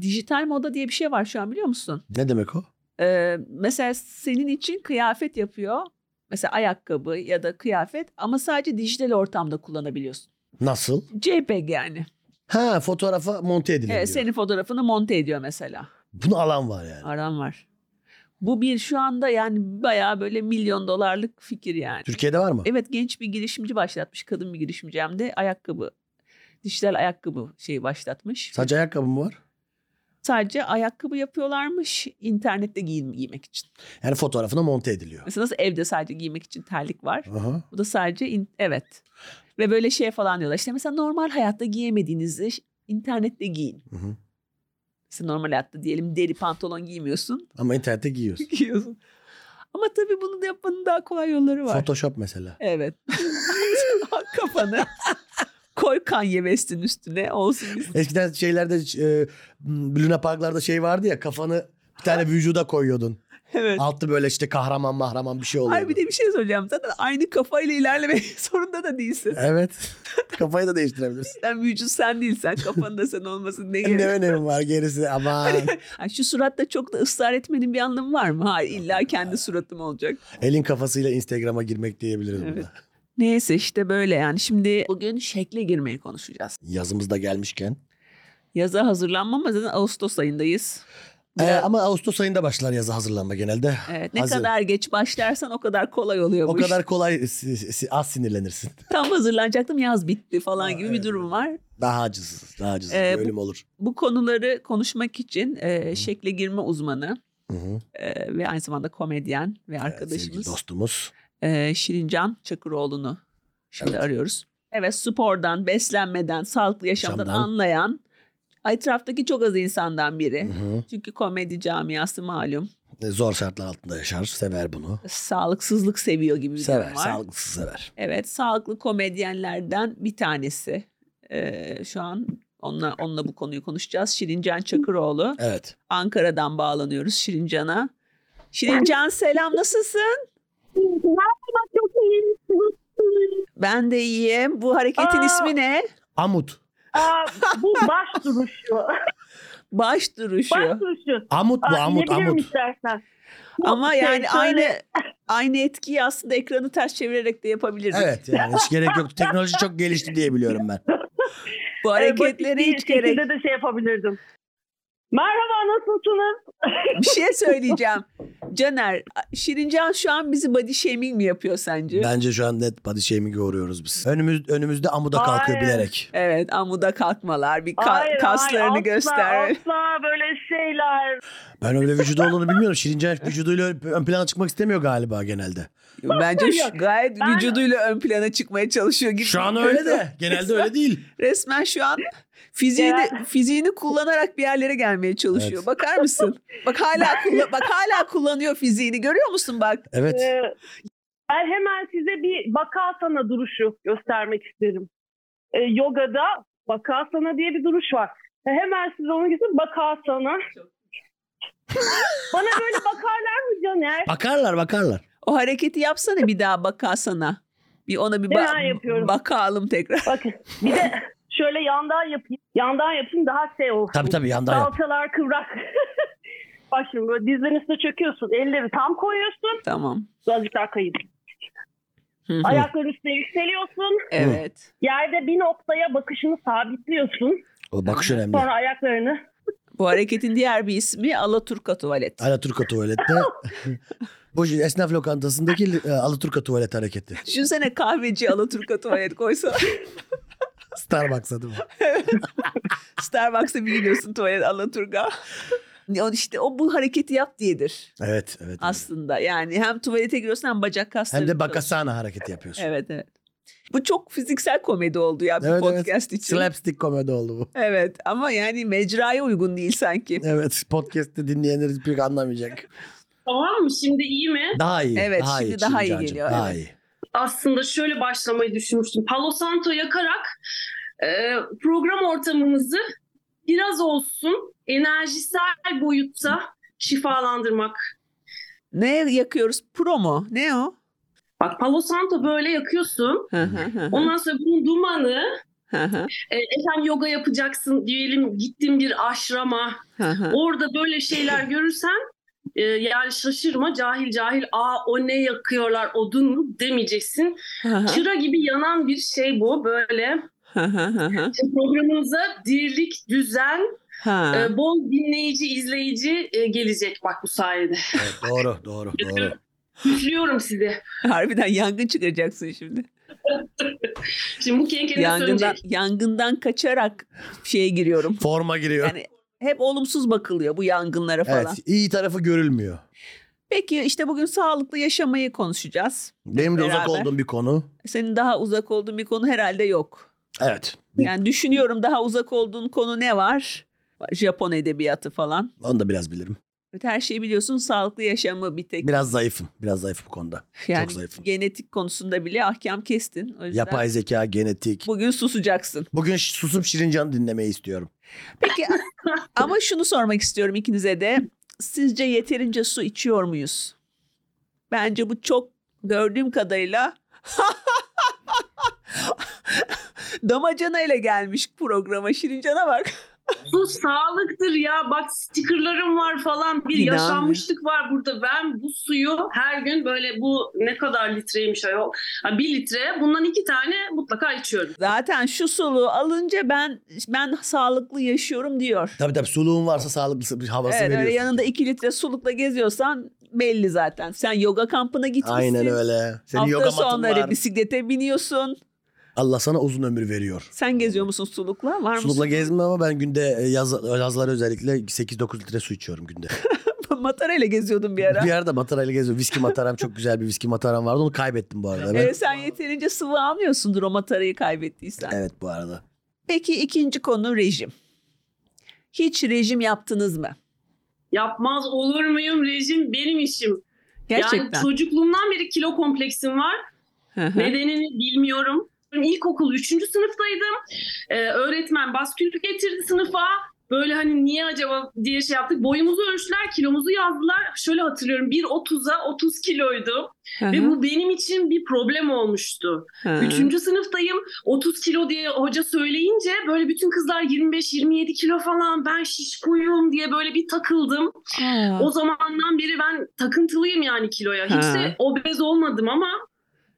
A: Dijital moda diye bir şey var şu an biliyor musun?
B: Ne demek o?
A: Ee, mesela senin için kıyafet yapıyor. Mesela ayakkabı ya da kıyafet ama sadece dijital ortamda kullanabiliyorsun.
B: Nasıl?
A: JPEG yani.
B: Ha fotoğrafa monte ediliyor.
A: Evet, senin fotoğrafını monte ediyor mesela.
B: Bunu alan var yani.
A: Aram var. Bu bir şu anda yani bayağı böyle milyon dolarlık fikir yani.
B: Türkiye'de var mı?
A: Evet genç bir girişimci başlatmış. Kadın bir girişimci hem de ayakkabı. Dijital ayakkabı şeyi başlatmış.
B: Sadece ayakkabı mı var?
A: Sadece ayakkabı yapıyorlarmış internette giyin, giymek için.
B: Yani fotoğrafına monte ediliyor.
A: Mesela nasıl evde sadece giymek için terlik var.
B: Aha.
A: Bu da sadece in- evet. Ve böyle şey falan diyorlar. İşte mesela normal hayatta giyemediğinizi ş- internette giyin.
B: Hı hı.
A: Mesela normal hayatta diyelim deri pantolon giymiyorsun.
B: Ama internette giyiyorsun.
A: giyiyorsun. Ama tabii bunu da yapmanın daha kolay yolları var.
B: Photoshop mesela.
A: Evet. Kafanı koy Kanye West'in üstüne olsun. biz-
B: Eskiden şeylerde e, Luna Parklarda şey vardı ya kafanı bir tane vücuda koyuyordun.
A: Evet.
B: Altı böyle işte kahraman mahraman bir şey oluyordu.
A: Ay bir de bir şey söyleyeceğim. Zaten aynı kafayla ilerlemek zorunda da değilsin.
B: Evet. Kafayı da değiştirebilirsin.
A: Sen vücut sen değilsen kafanın da sen olmasın ne
B: ne
A: gerek.
B: önemi var gerisi aman.
A: Ay, şu suratta çok da ısrar etmenin bir anlamı var mı? Hayır illa kendi suratım olacak.
B: Elin kafasıyla Instagram'a girmek diyebiliriz
A: Evet.
B: buna.
A: Neyse işte böyle yani. Şimdi bugün şekle girmeyi konuşacağız.
B: Yazımız da gelmişken.
A: Yaza hazırlanma ama zaten Ağustos ayındayız.
B: Ee,
A: Biraz-
B: ama Ağustos ayında başlar yaza hazırlanma genelde.
A: Evet, ne
B: hazır.
A: kadar geç başlarsan o kadar kolay oluyor
B: O
A: bu iş.
B: kadar kolay si- si- az sinirlenirsin.
A: Tam hazırlanacaktım yaz bitti falan
B: Aa,
A: gibi bir
B: evet,
A: durum
B: evet.
A: var.
B: Daha acısız, daha acısız.
A: Ee, bu-
B: Ölüm olur.
A: Bu konuları konuşmak için e,
B: Hı.
A: şekle girme uzmanı
B: Hı hı.
A: e, ve aynı zamanda komedyen ve
B: Sevgili
A: arkadaşımız
B: dostumuz.
A: e, Şirincan Çakıroğlu'nu şimdi
B: Evet.
A: arıyoruz. Evet spordan, beslenmeden, sağlıklı yaşamdan
B: Yaşamdan.
A: anlayan etraftaki çok az insandan biri.
B: Hı hı. E,
A: Çünkü komedi camiası malum
B: Zor şartlar altında yaşar. Sever bunu.
A: sağlıksızlık seviyor gibi bir
B: Sever.
A: durum var.
B: Sağlıksız sever.
A: Evet, sağlıklı komedyenlerden bir tanesi. Ee, şu an onunla, onunla bu konuyu konuşacağız. Şirincan Çakıroğlu.
B: Evet.
A: Ankara'dan bağlanıyoruz Şirincan'a. Şirincan selam, nasılsın?
C: Merhaba çok iyiyim.
A: Ben de iyiyim. Bu hareketin
C: Aa!
A: ismi ne?
B: Amut.
C: Aa, bu baş duruşu.
A: Baş duruşu.
C: baş duruşu.
B: Amut bu
C: Aa,
B: amut
C: inebilirim
B: amut.
C: istersen. E, Bu
A: Ama
C: şey,
A: yani
C: şöyle-
A: aynı aynı etkiyi aslında ekranı ters çevirerek de yapabilirdik.
B: Evet yani hiç gerek yok. Teknoloji çok gelişti diye biliyorum ben.
A: Bu
C: Evet, basit
A: hareketlere
C: bir
A: hiç gerek.
C: şekilde de şey yapabilirdim. Merhaba nasılsınız?
A: Bir şey söyleyeceğim. Caner, Şirincan şu an bizi body shaming mi yapıyor sence?
B: Bence şu an net body shaming'e uğruyoruz biz. Önümüz, önümüzde amuda kalkıyor
C: Hayır.
B: bilerek.
A: Evet, amuda kalkmalar, bir ka-
C: Hayır,
A: kaslarını
C: hayır, asla,
A: göster.
C: Asla böyle şeyler.
B: Ben öyle vücudu olduğunu bilmiyorum. Şirincan vücuduyla ön- ön plana çıkmak istemiyor galiba genelde.
A: Bence şu-
C: Yok,
A: gayet
C: ben-
A: vücuduyla ön plana çıkmaya çalışıyor gibi.
B: Şu an öyle de. Genelde öyle değil.
A: Resmen şu an fiziğini fiziğini kullanarak bir yerlere gelmeye çalışıyor.
B: Evet.
A: Bakar mısın? Bak hala kulla- bak hala kullanıyor fiziğini. Görüyor musun bak?
B: Evet.
C: Ee, ben hemen size bir bakasana duruşu göstermek isterim. Ee, yogada bakasana diye bir duruş var. Ee, hemen size onu göstereyim. Bakasana. Bana böyle bakarlar mı Caner?
B: Bakarlar bakarlar.
A: O hareketi yapsana bir daha bakasana. Bir ona bir ba-
C: Hemen yapıyorum.
A: bakalım tekrar.
C: Bakın bir de şöyle yandan yapayım. Yandan yapayım daha şey olsun.
B: Tabii tabii yandan yap.
C: Salçalar kıvrak. Bak şimdi böyle dizlerin üstüne çöküyorsun. Elleri tam koyuyorsun.
A: Tamam.
C: Birazcık daha kayıp.
A: Hı hı.
C: Ayakların üstüne yükseliyorsun.
A: evet.
C: Yerde bir noktaya bakışını sabitliyorsun.
B: O bakış önemli.
C: Sonra ayaklarını
A: Bu hareketin diğer bir ismi Alaturka tuvalet.
B: Alaturka tuvalette. Bu esnaf lokantasındaki e, Alaturka tuvalet hareketi.
A: Düşünsene kahveci Alaturka tuvalet koysa.
B: Starbucks adı bu.
A: Starbucks'a bir gidiyorsun tuvalet Alaturka. O işte o bu hareketi yap diyedir
B: Evet evet.
A: aslında. Yani hem tuvalete giriyorsun hem bacak kasları.
B: Hem de bakasana hareketi yapıyorsun.
A: Evet evet. Bu çok fiziksel komedi oldu ya bir
B: Evet, evet.
A: podcast için.
B: Slapstick komedi oldu bu.
A: Evet ama yani mecraya uygun değil sanki.
B: Evet podcast'te dinleyenler pek anlamayacak.
D: Tamam mı? Şimdi iyi mi?
B: Daha iyi.
A: Evet,
B: daha
A: şimdi
B: iyi,
A: daha iyi
B: Çincancığım,
A: geliyor,
B: Daha
A: evet.
B: iyi.
D: Aslında şöyle başlamayı düşünmüştüm. Palo Santo yakarak e, program ortamımızı biraz olsun enerjisel boyutta şifalandırmak.
A: Ne yakıyoruz? Pro mu? Ne o?
D: Bak Palo Santo böyle yakıyorsun.
A: Hı hı hı hı.
D: Ondan sonra bunun dumanı
A: Hı hı
D: e, efendim yoga yapacaksın diyelim gittin bir aşrama.
A: hı hı.
D: Orada böyle şeyler görürsen e, yani şaşırma cahil cahil aa o ne yakıyorlar odun mu demeyeceksin.
A: Hı hı
D: Çıra gibi yanan bir şey bu böyle.
A: hı hı hı.
D: Şimdi Programımıza dirlik, düzen,
A: Ha.
D: e, bol dinleyici, izleyici e, gelecek bak bu sayede.
B: Evet, doğru doğru doğru.
D: Üflüyorum sizi.
A: Harbiden yangın çıkaracaksın şimdi.
D: Şimdi bu kenkene
A: Yangından,
D: sönecek.
A: yangından kaçarak şeye giriyorum.
B: Forma giriyor.
A: Yani hep olumsuz bakılıyor bu yangınlara falan.
B: evet iyi tarafı görülmüyor.
A: Peki işte bugün sağlıklı yaşamayı konuşacağız.
B: Benim de uzak
A: Beraber.
B: olduğum bir konu.
A: Senin daha uzak olduğun bir konu herhalde yok.
B: Evet. bir-
A: Yani düşünüyorum daha uzak olduğun konu ne var? Japon edebiyatı falan.
B: Onu da biraz bilirim.
A: Evet, Her şeyi biliyorsun sağlıklı yaşamı bir tek.
B: Biraz zayıfım. Biraz zayıf bu konuda.
A: Yani
B: zayıfım.
A: genetik konusunda bile ahkam kestin. O yüzden
B: Yapay zeka, genetik.
A: Bugün susacaksın.
B: Bugün ş- susup Şirincan'ı dinlemeyi istiyorum.
A: Peki ama şunu sormak istiyorum ikinize de. Sizce yeterince su içiyor muyuz? Bence bu çok gördüğüm kadarıyla damacana ile gelmiş programa Şirincan'a bak.
D: Bu sağlıktır ya bak stickerlarım var falan bir
A: İnanmıyorum.
D: yaşanmışlık var burada. Ben bu suyu her gün böyle bu ne kadar litreymiş ayol. Ha, bir litre bundan iki tane mutlaka içiyorum.
A: Zaten şu suluğu alınca ben ben sağlıklı yaşıyorum diyor.
B: Tabii tabii suluğun varsa sağlıklı bir havası
A: Evet, öyle
B: veriyorsun.
A: yanında 2 litre sulukla geziyorsan belli zaten. Sen yoga kampına gitmişsin.
B: Aynen öyle. Senin
A: Hafta
B: yoga matın
A: sonları
B: var.
A: bisiklete biniyorsun.
B: Allah sana uzun ömür veriyor.
A: Sen geziyor musun sulukla? Var
B: Sulukla gezmem ama ben günde e, yaz, yazları özellikle 8-9 litre su içiyorum günde.
A: mısın? Matarayla geziyordun bir ara.
B: bir arada matarayla geziyorum. Viski mataram çok güzel bir viski mataram vardı. Onu kaybettim bu arada. Ben-
A: Evet, Ee, sen yeterince sıvı almıyorsundur o matarayı kaybettiysen.
B: evet bu arada.
A: Peki ikinci konu rejim. Hiç rejim yaptınız mı?
D: Yapmaz olur muyum rejim benim işim. Yani
A: Gerçekten.
D: çocukluğumdan beri kilo kompleksim var.
A: Hı hı.
D: Nedenini bilmiyorum. İlkokul 3. sınıftaydım. Ee, öğretmen baskül getirdi sınıfa. Böyle hani niye acaba diye şey yaptık. Boyumuzu ölçtüler, kilomuzu yazdılar. Şöyle hatırlıyorum 1.30'a 30 kiloydum.
A: Hı hı.
D: Ve bu benim için bir problem olmuştu.
A: Hı.
D: Üçüncü sınıftayım 30 kilo diye hoca söyleyince böyle bütün kızlar 25-27 kilo falan ben şişkoyum diye böyle bir takıldım.
A: Aa.
D: O zamandan beri ben takıntılıyım yani kiloya. Hiç
A: Ha.
D: de obez olmadım ama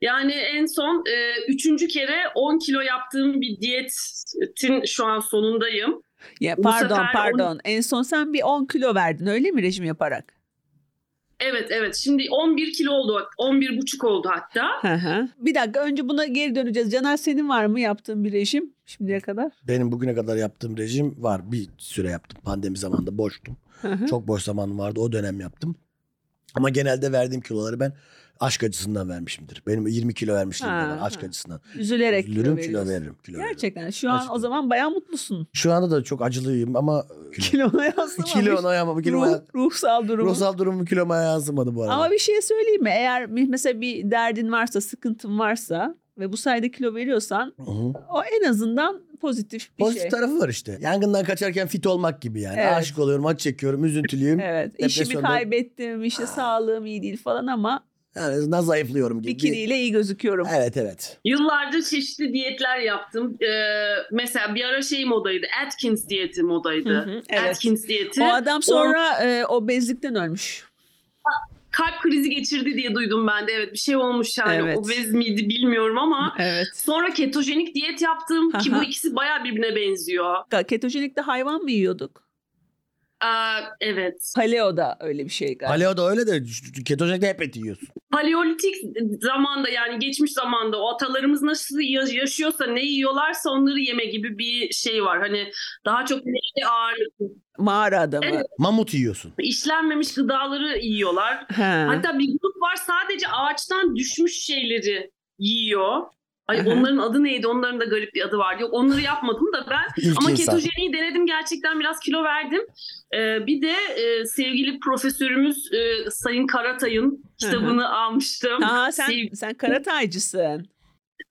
D: yani en son e, üçüncü kere 10 kilo yaptığım bir diyetin şu an sonundayım.
A: Ya,
D: bu
A: pardon
D: sefer
A: pardon. En son sen bir 10 kilo verdin öyle mi rejim yaparak?
D: Evet evet şimdi 11 kilo oldu 11 buçuk oldu hatta.
A: Hı hı. bir dakika önce buna geri döneceğiz. Caner senin var mı yaptığın bir rejim şimdiye kadar?
B: Benim bugüne kadar yaptığım rejim var. Bir süre yaptım. Pandemi zamanında boştum.
A: Hı hı.
B: Çok boş zamanım vardı. O dönem yaptım. Ama genelde verdiğim kiloları ben aşk acısından vermişimdir. Benim 20 kilo vermişliğim de
A: Ha,
B: var aşk
A: ha.
B: acısından.
A: Üzülerek kilo
B: Üzülürüm kilo
A: veriyorsun.
B: veririm. Kilo veririm.
A: Gerçekten şu an
B: Açıkçası.
A: o zaman bayağı mutlusun.
B: Şu anda da çok acılıyım ama
A: Kilona yansımamış.
B: kilona yapma,
A: Ruh,
B: kiloma,
A: ruhsal durumu.
B: ruhsal durumumu kiloma yansımadı bu arada.
A: Ama bir şey söyleyeyim mi? Eğer mesela bir derdin varsa, sıkıntın varsa ve bu sayede kilo veriyorsan
B: Hı hı.
A: o en azından pozitif bir
B: Pozitif
A: şey.
B: tarafı var işte. Yangından kaçarken fit olmak gibi yani.
A: Evet.
B: Aşık oluyorum, acı çekiyorum, üzüntülüyüm.
A: Evet. İşimi
B: Depresyonda-
A: kaybettim, işte sağlığım iyi değil falan ama
B: Yani en azından zayıflıyorum gibi.
A: bikiniyle iyi gözüküyorum.
B: Evet evet.
D: Yıllarca çeşitli diyetler yaptım. Ee, mesela bir ara şey modaydı Atkins diyeti modaydı.
A: Hı hı, evet.
D: Atkins diyeti.
A: O adam sonra e, obezlikten ölmüş.
D: kalp krizi geçirdi diye duydum ben de. Evet bir şey olmuş yani.
A: Evet.
D: Obez miydi bilmiyorum ama.
A: Evet.
D: Sonra ketojenik diyet yaptım ki
A: Aha.
D: bu ikisi bayağı birbirine benziyor.
A: Ketojenikte hayvan mı yiyorduk?
D: Aa, evet.
A: Paleo'da öyle bir şey galiba.
B: Paleo da öyle de ketojenikte hep et yiyorsun.
D: Paleolitik zamanda yani geçmiş zamanda o atalarımız nasıl ya- yaşıyorsa ne yiyorlarsa onları yeme gibi bir şey var. Hani daha çok neyle ağırlıklı
A: Mağara adamı.
D: Evet.
B: Mamut yiyorsun.
D: işlenmemiş gıdaları yiyorlar.
A: Ha.
D: Hatta bir grup var sadece ağaçtan düşmüş şeyleri yiyor. Ay
A: Aha.
D: onların adı neydi? Onların da garip bir adı vardı. Yok onları yapmadım da ben
B: İlk
D: Ama
B: insan.
D: ketojeniyi denedim gerçekten biraz kilo verdim. Ee, bir de e, sevgili profesörümüz e, Sayın Karatay'ın kitabını almıştım.
A: Aa, sen,
D: Sevgili
A: sen karataycısın.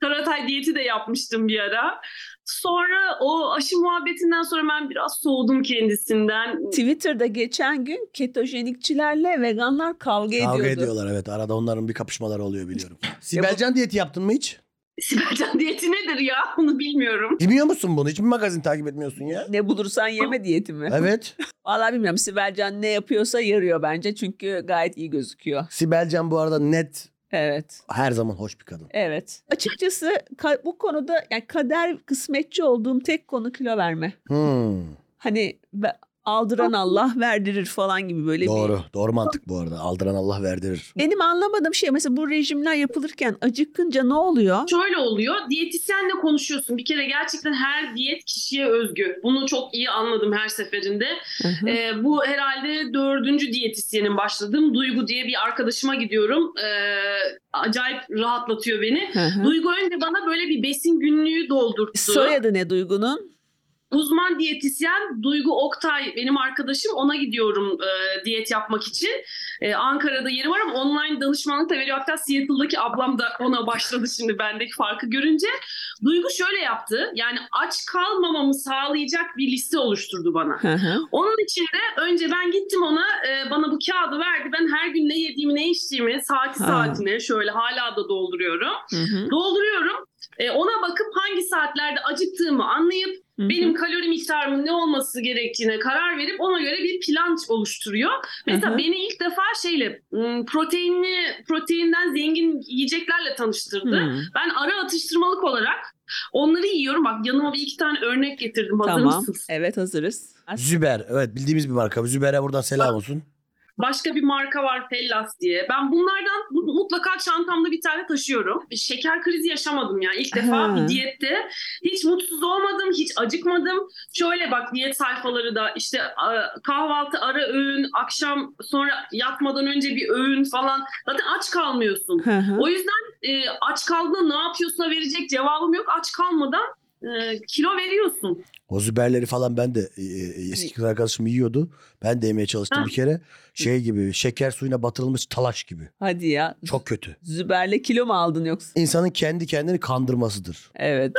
D: Karatay diyeti de yapmıştım bir ara. Sonra o aşı muhabbetinden sonra ben biraz soğudum kendisinden.
A: Twitter'da geçen gün ketojenikçilerle veganlar kavga,
B: Kavga
A: ediyordu.
B: ediyorlar evet. Arada onların bir kapışmaları oluyor biliyorum. Sibelcan diyeti yaptın mı hiç?
D: Sibelcan diyeti nedir ya? Onu bilmiyorum.
B: Bilmiyor musun bunu? Hiçbir magazin takip etmiyorsun ya.
A: Ne bulursan yeme diyeti mi?
B: Evet.
A: Vallahi bilmiyorum. Sibelcan ne yapıyorsa yarıyor bence. Çünkü gayet iyi gözüküyor.
B: Sibelcan bu arada net
A: Evet.
B: her zaman hoş bir kadın.
A: Evet. Açıkçası ka- bu konuda yani kader kısmetçi olduğum tek konu kilo verme.
B: Hmm.
A: Hani be- aldıran Allah verdirir falan gibi böyle bir.
B: Doğru. Doğru mantık bu arada. Aldıran Allah verdirir.
A: Benim anlamadığım şey mesela bu rejimler yapılırken acıkınca ne oluyor?
D: Şöyle oluyor. Diyetisyenle konuşuyorsun. Bir kere gerçekten her diyet kişiye özgü. Bunu çok iyi anladım her seferinde.
A: Hı hı.
D: Ee, bu herhalde dördüncü diyetisyenin başladığım Duygu diye bir arkadaşıma gidiyorum. Ee, acayip rahatlatıyor beni.
A: Hı hı.
D: Duygu önce bana böyle bir besin günlüğü doldurttu.
A: Soyadı ne Duygu'nun?
D: Uzman diyetisyen Duygu Oktay benim arkadaşım ona gidiyorum e, diyet yapmak için. E, Ankara'da yeri var ama online danışmanlık da veriyor. Hatta Seattle'daki ablam da ona başladı şimdi bendeki farkı görünce. Duygu şöyle yaptı. Yani aç kalmamamı sağlayacak bir liste oluşturdu bana.
A: Hı hı.
D: Onun için de önce ben gittim ona e, bana bu kağıdı verdi. Ben her gün ne yediğimi ne içtiğimi saati
A: Ha.
D: saatine şöyle hala da dolduruyorum.
A: Hı hı.
D: Dolduruyorum. E, ona bakıp hangi saatlerde acıktığımı anlayıp
A: Hı hı.
D: benim kalori miktarımın ne olması gerektiğine karar verip ona göre bir plan oluşturuyor. Mesela
A: Aha.
D: beni ilk defa şeyle m, proteinli proteinden zengin yiyeceklerle tanıştırdı.
A: Hı.
D: Ben ara atıştırmalık olarak onları yiyorum. Bak yanıma bir iki tane örnek getirdim. Hazır
A: Tamam.
D: mısınız?
A: Evet hazırız.
B: Züber. Evet bildiğimiz bir marka. Züber'e buradan selam olsun.
D: Başka bir marka var Pellas diye. Ben bunlardan mu- mutlaka çantamda bir tane taşıyorum. Şeker krizi yaşamadım yani ilk defa
A: Ha.
D: bir diyette. Hiç mutsuz olmadım, hiç acıkmadım. Şöyle bak diyet sayfaları da işte e, kahvaltı ara öğün, akşam sonra yatmadan önce bir öğün falan. Zaten aç kalmıyorsun.
A: Hı hı.
D: O yüzden e, aç kaldığında ne yapıyorsa verecek cevabım yok. Aç kalmadan e, kilo veriyorsun.
B: O Züber'leri falan ben de e, e, eski kız arkadaşım yiyordu. Ben de yemeye çalıştım
D: Ha.
B: bir kere. Şey gibi şeker suyuna batırılmış talaş gibi.
A: Hadi ya.
B: Çok kötü.
A: Züberle kilo mu aldın yoksa?
B: İnsanın kendi kendini kandırmasıdır.
A: Evet.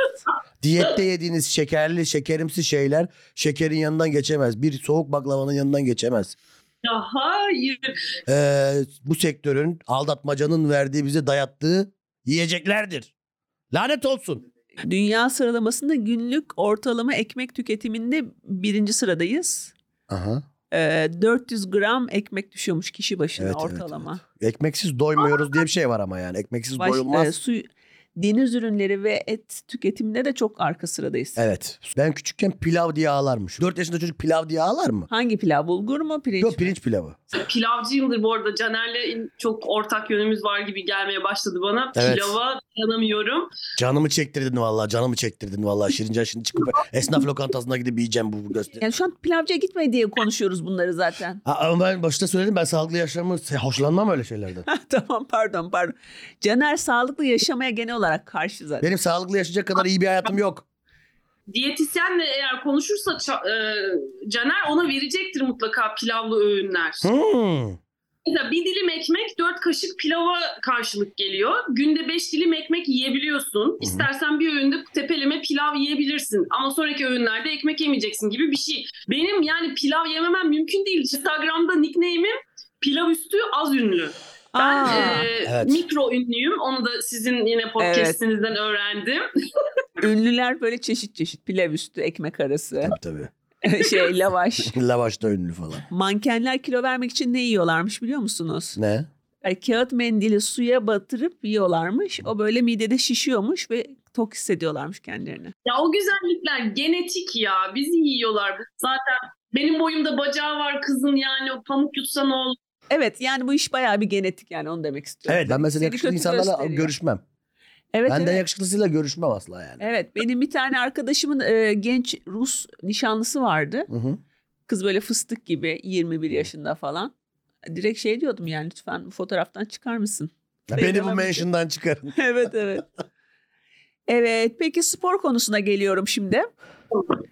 B: Diyette yediğiniz şekerli, şekerimsi şeyler şekerin yanından geçemez. Bir soğuk baklavanın yanından geçemez.
D: Ya hayır.
B: Ee, bu sektörün aldatmacanın verdiği bize dayattığı yiyeceklerdir. Lanet olsun.
A: Dünya sıralamasında günlük ortalama ekmek tüketiminde birinci sıradayız.
B: Aha.
A: Ee, 400 gram ekmek düşüyormuş kişi başına
B: Evet, evet,
A: ortalama.
B: Ekmeksiz doymuyoruz diye bir şey var ama yani. Ekmeksiz
A: Baş-
B: doyulmaz.
A: e, su, deniz ürünleri ve et tüketiminde de çok arka sıradayız.
B: Evet. Ben küçükken pilav diye ağlarmış. 4 yaşında çocuk pilav diye ağlar mı?
A: Hangi pilav? Bulgur mu pirinç?
B: Yok pirinç pilavı.
D: Pilavcıyımdır bu arada. Caner'le çok ortak yönümüz var gibi gelmeye başladı bana.
B: Evet.
D: Pilava dayanamıyorum.
B: Canımı çektirdin vallahi canımı çektirdin vallahi. Şirincan şimdi çıkıp esnaf lokantasına gidip yiyeceğim bu, bu gösteri.
A: Yani şu an pilavcıya gitme diye konuşuyoruz bunları zaten.
B: Ha, ama ben başta söyledim ben sağlıklı yaşamı se- hoşlanmam öyle şeylerden.
A: tamam pardon pardon. Caner sağlıklı yaşamaya genel olarak karşı zaten.
B: Benim sağlıklı yaşayacak kadar iyi bir hayatım yok.
D: Diyetisyenle eğer konuşursa ça- e, Caner ona verecektir mutlaka pilavlı öğünler.
B: Hmm.
D: Mesela bir dilim ekmek 4 kaşık pilava karşılık geliyor. Günde 5 dilim ekmek yiyebiliyorsun. İstersen bir öğünde tepeleme pilav yiyebilirsin. Ama sonraki öğünlerde ekmek yemeyeceksin gibi bir şey. Benim yani pilav yememem mümkün değil. Instagram'da nickname'im pilav üstü az ünlü. Ben
A: Aa,
D: e,
B: evet.
D: mikro ünlüyüm. Onu da sizin yine podcastinizden öğrendim.
A: Ünlüler böyle çeşit çeşit pilav üstü, ekmek arası,
B: Tabii tabii.
A: şey lavaş.
B: Lavaş da ünlü falan.
A: Mankenler kilo vermek için ne yiyorlarmış biliyor musunuz?
B: Ne?
A: Yani kağıt mendili suya batırıp yiyorlarmış. O böyle midede şişiyormuş ve tok hissediyorlarmış kendilerini.
D: Ya o güzellikler genetik ya. Bizi yiyorlar. Zaten benim boyumda bacağı var kızın yani o pamuk yutsa ne olur.
A: Evet yani bu iş bayağı bir genetik yani onu demek istiyorum.
B: Evet ben mesela
A: Seni
B: yakışıklı
A: kötü
B: insanlarla
A: gösteriyor.
B: görüşmem.
A: Evet,
B: ben de
A: evet.
B: yakışıklısıyla görüşmem asla yani.
A: Evet benim bir tane arkadaşımın e, genç Rus nişanlısı vardı.
B: Hı hı.
A: Kız böyle fıstık gibi 21 yaşında falan. Direkt şey diyordum yani lütfen bu fotoğraftan çıkar mısın?
B: Beni bu
A: Beyler-
B: mention'dan çıkarın.
A: evet evet. Evet peki spor konusuna geliyorum şimdi.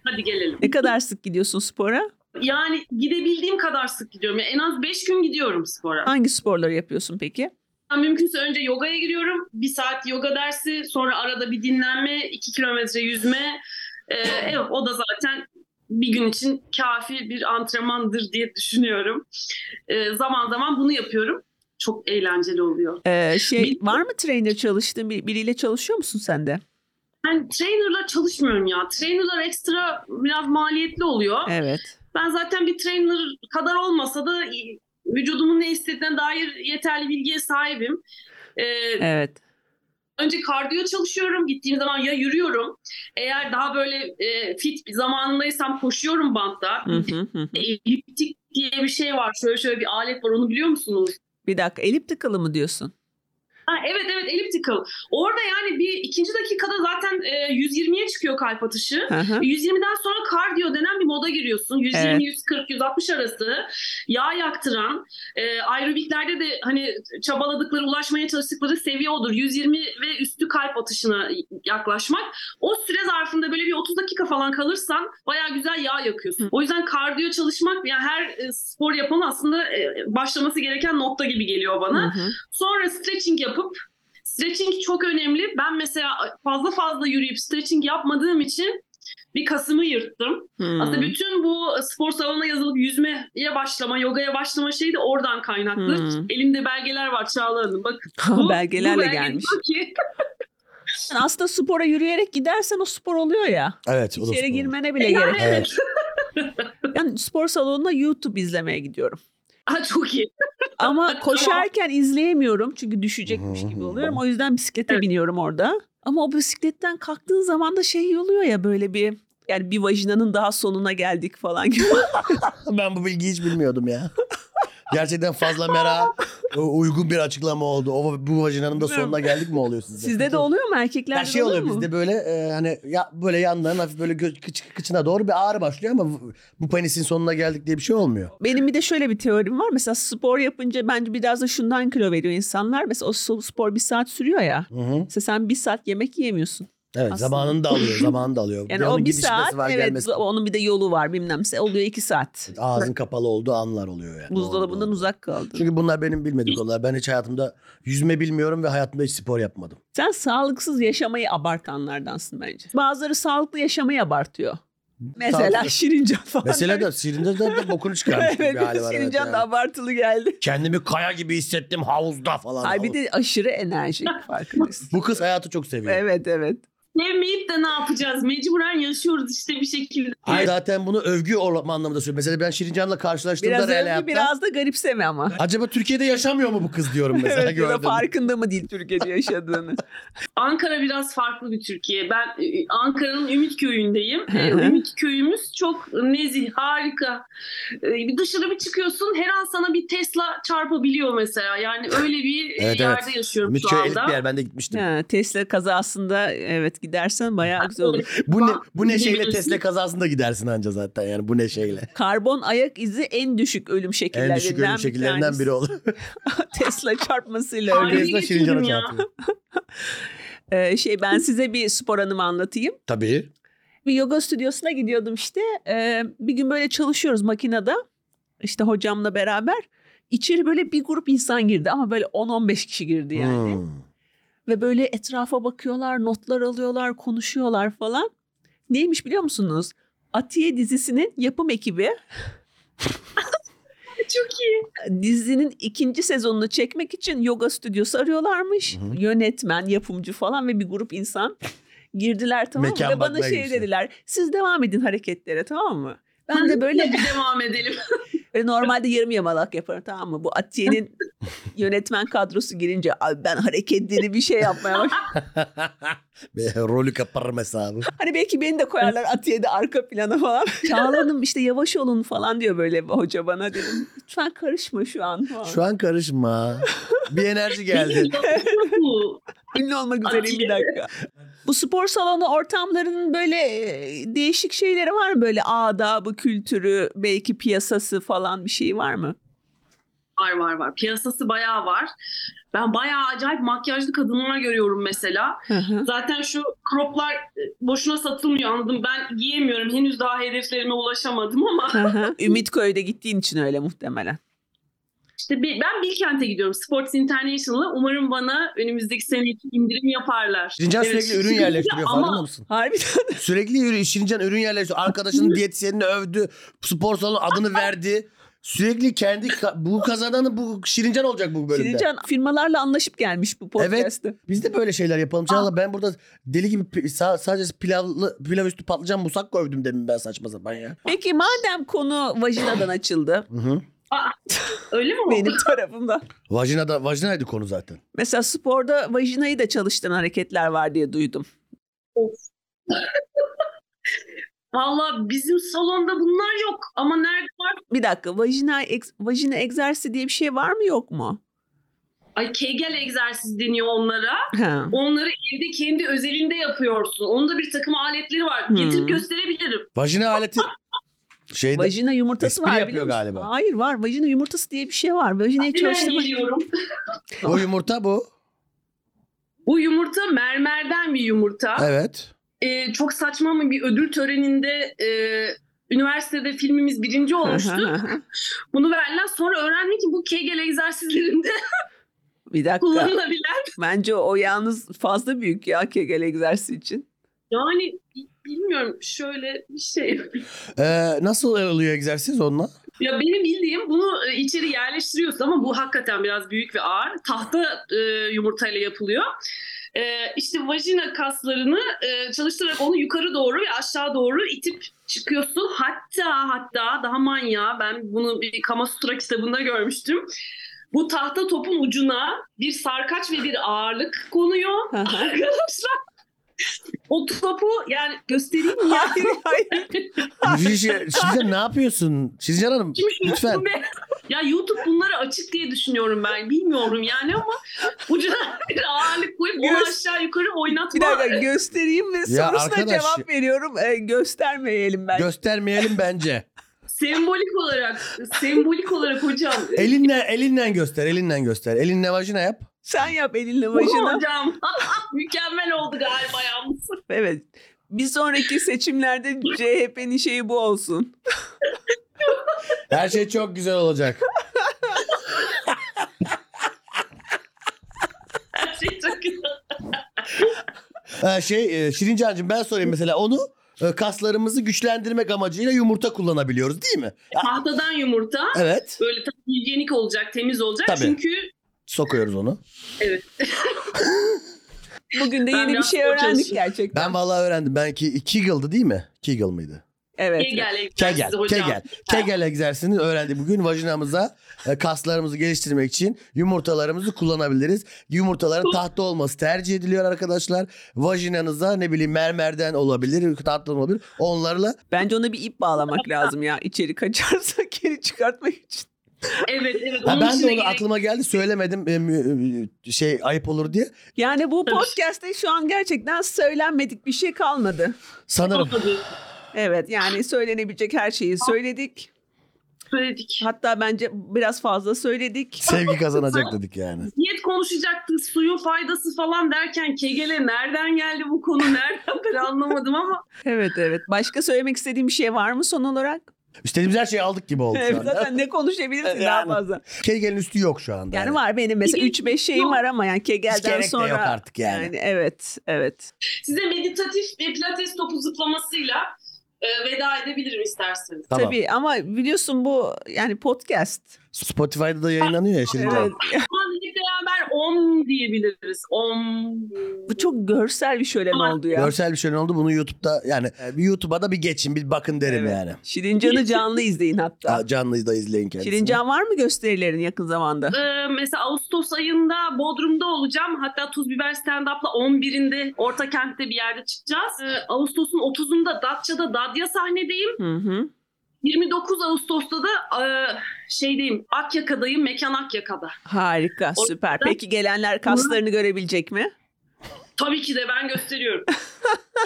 D: Hadi gelelim.
A: Ne kadar sık gidiyorsun spora?
D: Yani gidebildiğim kadar sık gidiyorum. Yani en az 5 gün gidiyorum spora.
A: Hangi sporları yapıyorsun peki?
D: Ben mümkünse önce yogaya giriyorum. Bir saat yoga dersi, sonra arada bir dinlenme, 2 kilometre yüzme. Ee, evet o da zaten bir gün için kafi bir antrenmandır diye düşünüyorum. Ee, zaman zaman bunu yapıyorum. Çok eğlenceli oluyor.
A: Ee, şey
D: Bilmiyorum.
A: var mı trainer çalıştığın bir- biriyle çalışıyor musun sen de?
D: Ben trainerla çalışmıyorum ya. Trainerlar ekstra biraz maliyetli oluyor.
A: Evet.
D: Ben zaten bir trainer kadar olmasa da vücudumun ne istediğine dair yeterli bilgiye sahibim. Ee,
A: Evet.
D: Önce kardiyo çalışıyorum. Gittiğim zaman ya yürüyorum. Eğer daha böyle e, fit bir zamanındaysam koşuyorum bantta. E,
A: Hı hı hı.
D: Eliptik diye bir şey var. Şöyle şöyle bir alet var. Onu biliyor musunuz?
A: Bir dakika elliptikal'ı mı diyorsun?
D: Ha, evet evet elliptical. Orada yani bir ikinci dakikada zaten e, 120'ye çıkıyor kalp atışı.
A: Hı hı.
D: 120'den sonra kardiyo denen bir moda giriyorsun. 120,
A: Evet.
D: 140, 160 arası yağ yaktıran, e, aerobiklerde de hani çabaladıkları, ulaşmaya çalıştıkları seviye odur. 120 ve üstü kalp atışına yaklaşmak. O süre zarfında böyle bir 30 dakika falan kalırsan bayağı güzel yağ yakıyorsun.
A: Hı.
D: O yüzden kardiyo çalışmak yani her e, spor yapanın aslında e, başlaması gereken nokta gibi geliyor bana.
A: Hı hı.
D: Sonra stretching yapıp stretching çok önemli. Ben mesela fazla fazla yürüyüp stretching yapmadığım için bir kasımı yırttım.
A: Hı.
D: Aslında bütün bu spor salonuna yazılıp yüzmeye başlama, yogaya başlama şeyi de oradan kaynaklı.
A: Hmm.
D: Elimde belgeler var Çağla Hanım. Bakın.
A: Ha,
D: Bu-
A: Belgelerle
D: bu belge
A: gelmiş.
D: diyor ki-
A: Sen aslında spora yürüyerek gidersen o spor oluyor ya.
B: Evet. o da
A: İçeri
B: spor.
A: girmene bile
D: Yani-
A: gerek.
B: Evet.
A: Yani spor salonuna YouTube izlemeye gidiyorum.
D: Ha çok iyi.
A: Ama koşarken izleyemiyorum çünkü düşecekmiş
B: Hı hı.
A: gibi oluyorum. O yüzden bisiklete
D: Evet.
A: biniyorum orada. Ama o bisikletten kalktığın zaman da şey oluyor ya böyle bir yani bir vajinanın daha sonuna geldik falan gibi.
B: Ben bu bilgiyi hiç bilmiyordum ya. Gerçekten fazla mera uygun bir açıklama oldu. O bu vajinanın da
A: Bilmiyorum.
B: sonuna geldik mi oluyor sizde?
A: Sizde de oluyor mu erkeklerde
B: Her şey
A: oluyor,
B: oluyor
A: mu?
B: bizde böyle e, hani ya böyle yandan hafif böyle gö- kıç- kıçına doğru bir ağrı başlıyor ama bu- bu penisin sonuna geldik diye bir şey olmuyor.
A: Benim bir de şöyle bir teorim var. Mesela spor yapınca bence biraz da şundan kilo veriyor insanlar. Mesela o so- spor bir saat sürüyor ya.
B: Hı hı.
A: Mesela sen bir saat yemek yemiyorsun.
B: Evet
A: Aslında.
B: zamanını da alıyor zamanını da alıyor.
A: Yani
B: Bir onun
A: o bir
B: gidişmesi
A: saat
B: var,
A: evet
B: gelmesi-
A: onun bir de yolu var bilmemse oluyor iki saat.
B: Ağzın kapalı olduğu anlar oluyor yani.
A: Buzdolabından
B: Doğru, doğru.
A: uzak kaldın.
B: Çünkü bunlar benim bilmediğim konular. Ben hiç hayatımda yüzme bilmiyorum ve hayatımda hiç spor yapmadım.
A: Sen sağlıksız yaşamayı abartanlardansın bence. Bazıları sağlıklı yaşamayı abartıyor. Mesela
B: Sağlıklı-
A: şirincan falan.
B: Mesela da Sirin'de de bokunu çıkarmış gibi bir
A: evet,
B: hali var. evet
A: şirincan
B: yani.
A: da abartılı geldi.
B: Kendimi kaya gibi hissettim havuzda falan.
A: Ay bir de aşırı enerjik farkındasın.
B: Bu kız hayatı çok seviyor.
A: evet evet.
D: Sevmeyip de ne yapacağız? Mecburen yaşıyoruz işte bir şekilde.
B: Ay, zaten bunu övgü olma anlamında söylüyorum. Mesela ben Şirincan'la karşılaştığımda
A: Biraz
B: real
A: övgü
B: hayatta,
A: biraz da garipseme ama.
B: Acaba Türkiye'de yaşamıyor mu bu kız diyorum mesela
A: evet ya da
B: gördüm.
A: farkında mı değil Türkiye'de yaşadığını.
D: Ankara biraz farklı bir Türkiye. Ben e, Ankara'nın Ümitköy'ündeyim. E,
A: Hı hı.
D: Ümitköy'ümüz çok nezih, harika. E, Bir dışarı bir çıkıyorsun her an sana bir Tesla çarpabiliyor mesela. Yani öyle bir e,
B: Evet,
D: yerde
B: evet.
D: yaşıyorum
B: Ümitköy
D: şu
B: elit
D: anda.
B: bir yer ben de gitmiştim.
A: ha, Tesla kazasında evet gidersen bayağı güzel olur.
B: Bu ne, bu
D: Ne
B: neşeyle
D: bilirsin?
B: Tesla kazasında gidersin anca zaten yani bu neşeyle.
A: Karbon ayak izi en düşük ölüm
B: En
A: şekillerinden,
B: düşük ölüm
A: bir
B: şekillerinden
A: tanesi.
B: biri olur.
A: Tesla çarpmasıyla
D: Ay,
A: ölüyor.
B: Tesla
D: geçirdim
B: Şirincan'a
D: ya.
B: çarpıyor.
A: Ee, şey ben size bir spor anımı anlatayım.
B: Tabii.
A: Bir yoga stüdyosuna gidiyordum işte. Ee, bir gün böyle çalışıyoruz makinede. İşte hocamla beraber. İçeri böyle bir grup insan girdi ama böyle 10-15 kişi girdi yani.
B: Hmm.
A: Ve böyle etrafa bakıyorlar, notlar alıyorlar, konuşuyorlar falan. Neymiş biliyor musunuz? Atiye dizisinin yapım ekibi
D: Çok iyi.
A: dizinin ikinci sezonunu çekmek için yoga stüdyosu arıyorlarmış.
B: Hı hı.
A: Yönetmen, yapımcı falan ve bir grup insan girdiler tamam mı?
B: Mekan
A: Ve bana
B: bakmaya
A: şey
B: gitmişler.
A: dediler. Siz devam edin hareketlere tamam mı? Ben de böyle
D: Bir devam edelim.
A: Böyle normalde yarım yamalak yaparım tamam mı? Bu Atiye'nin yönetmen kadrosu girince abi ben hareketleri bir şey yapmaya başladım.
B: Be, rolü kaparım hesabı.
A: Hani belki beni de koyarlar Atiye'de arka plana falan. Çağla Hanım işte yavaş olun falan diyor böyle hoca bana dedim. Lütfen karışma şu an falan.
B: Şu an karışma. Bir enerji geldi.
D: Bilmiyorum, çok bu.
A: Ünlü olmak üzereyim bir
D: Atiye.
A: dakika. Bu spor salonu ortamlarının böyle e, değişik şeyleri var mı? Böyle adabı, kültürü, belki piyasası falan bir şey var mı?
D: Var var var. Piyasası bayağı var. Ben bayağı acayip makyajlı kadınlar görüyorum mesela.
A: Hı hı.
D: Zaten şu croplar e, boşuna satılmıyor anladım. Ben giyemiyorum. Henüz daha hedeflerime ulaşamadım ama
A: Hı hı. Ümitköy'de gittiğin için öyle muhtemelen.
D: işte bi- ben Bilkent'e gidiyorum. Sports International'a. Umarım bana önümüzdeki sene için indirim yaparlar.
B: Şirincan
D: Evet,
B: sürekli ürün
D: Şirincan
B: yerleştiriyor
D: ama-
B: farkında mısın?
A: Harbiden
B: Sürekli ürün, Şirincan ürün yerleştiriyor. Arkadaşının diyetisyenini övdü. Spor salonu adını verdi. Sürekli kendi ka- bu kazananı bu Şirincan olacak bu bölümde.
A: Şirincan firmalarla anlaşıp gelmiş bu podcast'ı.
B: Biz de böyle şeyler yapalım. Çağla ben burada deli gibi pi- sa- sadece pilavlı pilav üstü patlıcan musak koydum demin ben saçma sapan ya.
A: Peki madem konu vajinadan açıldı
B: Hı hı.
D: Öyle mi oldu?
A: benim tarafımda.
B: Vajina da vajinaydı konu zaten.
A: Mesela sporda vajinayı da çalıştıran hareketler var diye duydum.
D: Valla bizim salonda bunlar yok. Ama nerede var?
A: Bir dakika vajina, ex- vajina egzersizi diye bir şey var mı yok mu?
D: Ay kegel egzersiz deniyor onlara.
A: Ha.
D: Onları evde kendi özelinde yapıyorsun. Onun da bir takım aletleri var.
A: Hmm.
D: Getirip gösterebilirim.
B: Vajina aleti şeyde
A: Vajina yumurtası
B: espri
A: var
B: yapıyor
A: biliyor musun?
B: galiba.
A: Hayır var. Vajina yumurtası diye bir şey var. Vajinayı
D: Hemen
A: çalıştırma.
D: geliyorum.
B: o yumurta bu.
D: Bu yumurta mermerden bir yumurta.
B: Evet.
D: Ee, çok saçma mı bir ödül töreninde e, üniversitede filmimiz birinci olmuştu. Bunu verdiler. Sonra öğrendik ki bu kegel egzersizlerinde
A: bir dakika.
D: kullanılabilen.
A: Bence o yalnız fazla büyük ya kegel egzersizi için.
D: Yani bi- bilmiyorum şöyle bir şey.
B: Ee, nasıl oluyor egzersiz onunla?
D: Ya benim bildiğim bunu e, içeri yerleştiriyorsun ama bu hakikaten biraz büyük ve ağır. Tahta e, yumurtayla yapılıyor. e, işte vajina kaslarını e, çalıştırarak onu yukarı doğru ve aşağı doğru itip çıkıyorsun. Hatta hatta daha manya ben bunu bir Kama Sutra kitabında görmüştüm. Bu tahta topun ucuna bir sarkaç ve bir ağırlık konuyor. Arkadaşlar o topu yani göstereyim mi ya?
A: hayır hayır.
B: Şize, Şize şey- ne yapıyorsun? Şize Hanım
D: Kimmiş
B: lütfen.
D: Be- ya YouTube bunları açık diye düşünüyorum ben. Bilmiyorum yani ama ucuna bir ağırlık koyup onu
A: Göz-
D: aşağı yukarı oynatma.
A: Bir dakika göstereyim ve sorusuna
B: arkadaş-
A: cevap veriyorum. Ee, göstermeyelim ben.
B: Göstermeyelim bence.
D: Sembolik olarak, sembolik olarak hocam.
B: Elinden elinle göster, elinden göster. Elinle vajina yap.
A: Sen yap elinle
D: Hocam,
A: başına.
D: hocam. mükemmel oldu galiba yalnız.
A: Evet. Bir sonraki seçimlerde CHP'nin şeyi bu olsun.
B: Her şey çok güzel olacak.
D: Her şey çok güzel.
B: Ee, şey e, Şirincan'cığım ben sorayım mesela onu e, kaslarımızı güçlendirmek amacıyla yumurta kullanabiliyoruz değil mi?
D: Tahtadan yumurta.
B: Evet.
D: Böyle tabii hijyenik olacak, temiz olacak.
B: Tabii.
D: Çünkü
B: Sokuyoruz onu.
A: Bugün de
D: Ben
A: yeni bir
D: biraz
A: şey
D: spor
A: öğrendik
D: çalışayım.
A: gerçekten.
B: Ben vallahi öğrendim. Belki Kegel'dı değil mi? Kegel mıydı?
A: Evet.
D: Kegel egzersizi
B: Kegel.
D: hocam.
B: Kegel. Kegel egzersizini öğrendik. Bugün vajinamıza e, kaslarımızı geliştirmek için yumurtalarımızı kullanabiliriz. Yumurtaların tahta olması tercih ediliyor arkadaşlar. Vajinanıza ne bileyim mermerden olabilir, tahtadan olabilir. Onlarla
A: Bence ona bir ip bağlamak lazım ya. İçeri kaçarsa geri çıkartmak için.
D: Evet evet.
B: Ha,
D: Onun
B: ben
D: için
B: de
D: de
B: onu
D: gerek-
B: aklıma geldi söylemedim e, mü- e, şey ayıp olur diye.
A: Yani bu
D: Tabii.
A: podcast'te şu an gerçekten söylenmedik bir şey kalmadı.
B: Sanırım
D: Olmadı.
A: Evet yani söylenebilecek her şeyi söyledik.
D: Söyledik.
A: Hatta bence biraz fazla söyledik.
B: sevgi kazanacak dedik yani.
D: Diyet konuşacaktı, suyun faydası falan derken kegele nereden geldi bu konu nereden ben anlamadım ama
A: Evet evet. Başka söylemek istediğim bir şey var mı son olarak?
B: İstediğimiz her şeyi aldık gibi oldu
A: Evet,
B: şu anda.
A: zaten ne konuşabilirsin
B: E, Yani.
A: daha fazla.
B: Kegel'in üstü yok şu anda.
A: Yani var benim mesela
D: Bir-
A: 3-5 şeyim
D: Yok.
A: var ama yani
B: Hiç
A: Kegel'den
B: gerek
A: sonra.
B: de yok artık yani.
A: evet evet.
D: size meditatif bir pilates topu zıplamasıyla e, veda edebilirim isterseniz.
B: Tamam.
A: Tabii ama biliyorsun bu yani podcast.
B: Spotify'da da yayınlanıyor ya şimdi.
A: Evet.
D: Ama hep beraber om diyebiliriz. Om.
A: Bu çok görsel bir şölen
D: Ama-
A: oldu ya.
B: Görsel bir şey oldu bunu YouTube'da yani e, bir YouTube'a da bir geçin bir bakın derim
A: Evet.
B: yani.
A: Şirincan'ı canlı izleyin hatta.
B: Ha, Canlıyı da izleyin kendisini.
A: Şirincan var mı gösterilerin yakın zamanda?
D: E, mesela Ağustos ayında Bodrum'da olacağım. Hatta Tuz Biber Stand Up'la 11'inde Orta Kent'te bir yerde çıkacağız. E, Ağustos'un 30'unda Datça'da Dadya sahnedeyim.
A: Hı hı.
D: 29 Ağustos'ta da e, şeydeyim Akyaka'dayım. Mekan Akyaka'da.
A: Harika,
D: O
A: süper. Peki gelenler kaslarını görebilecek mi?
D: Tabii ki de ben gösteriyorum.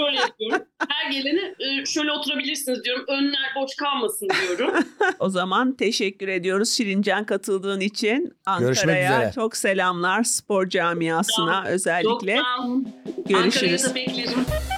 D: şöyle yapıyorum. Her gelene e, şöyle oturabilirsiniz diyorum. Önler boş kalmasın diyorum.
A: O zaman teşekkür ediyoruz Şirincan katıldığın için.
B: Görüşmek
A: Ankara'ya
B: üzere.
A: çok selamlar spor camiasına
D: Çok
A: özellikle.
D: sağ olun.
A: Görüşürüz.
D: Ankara'ya da beklerim.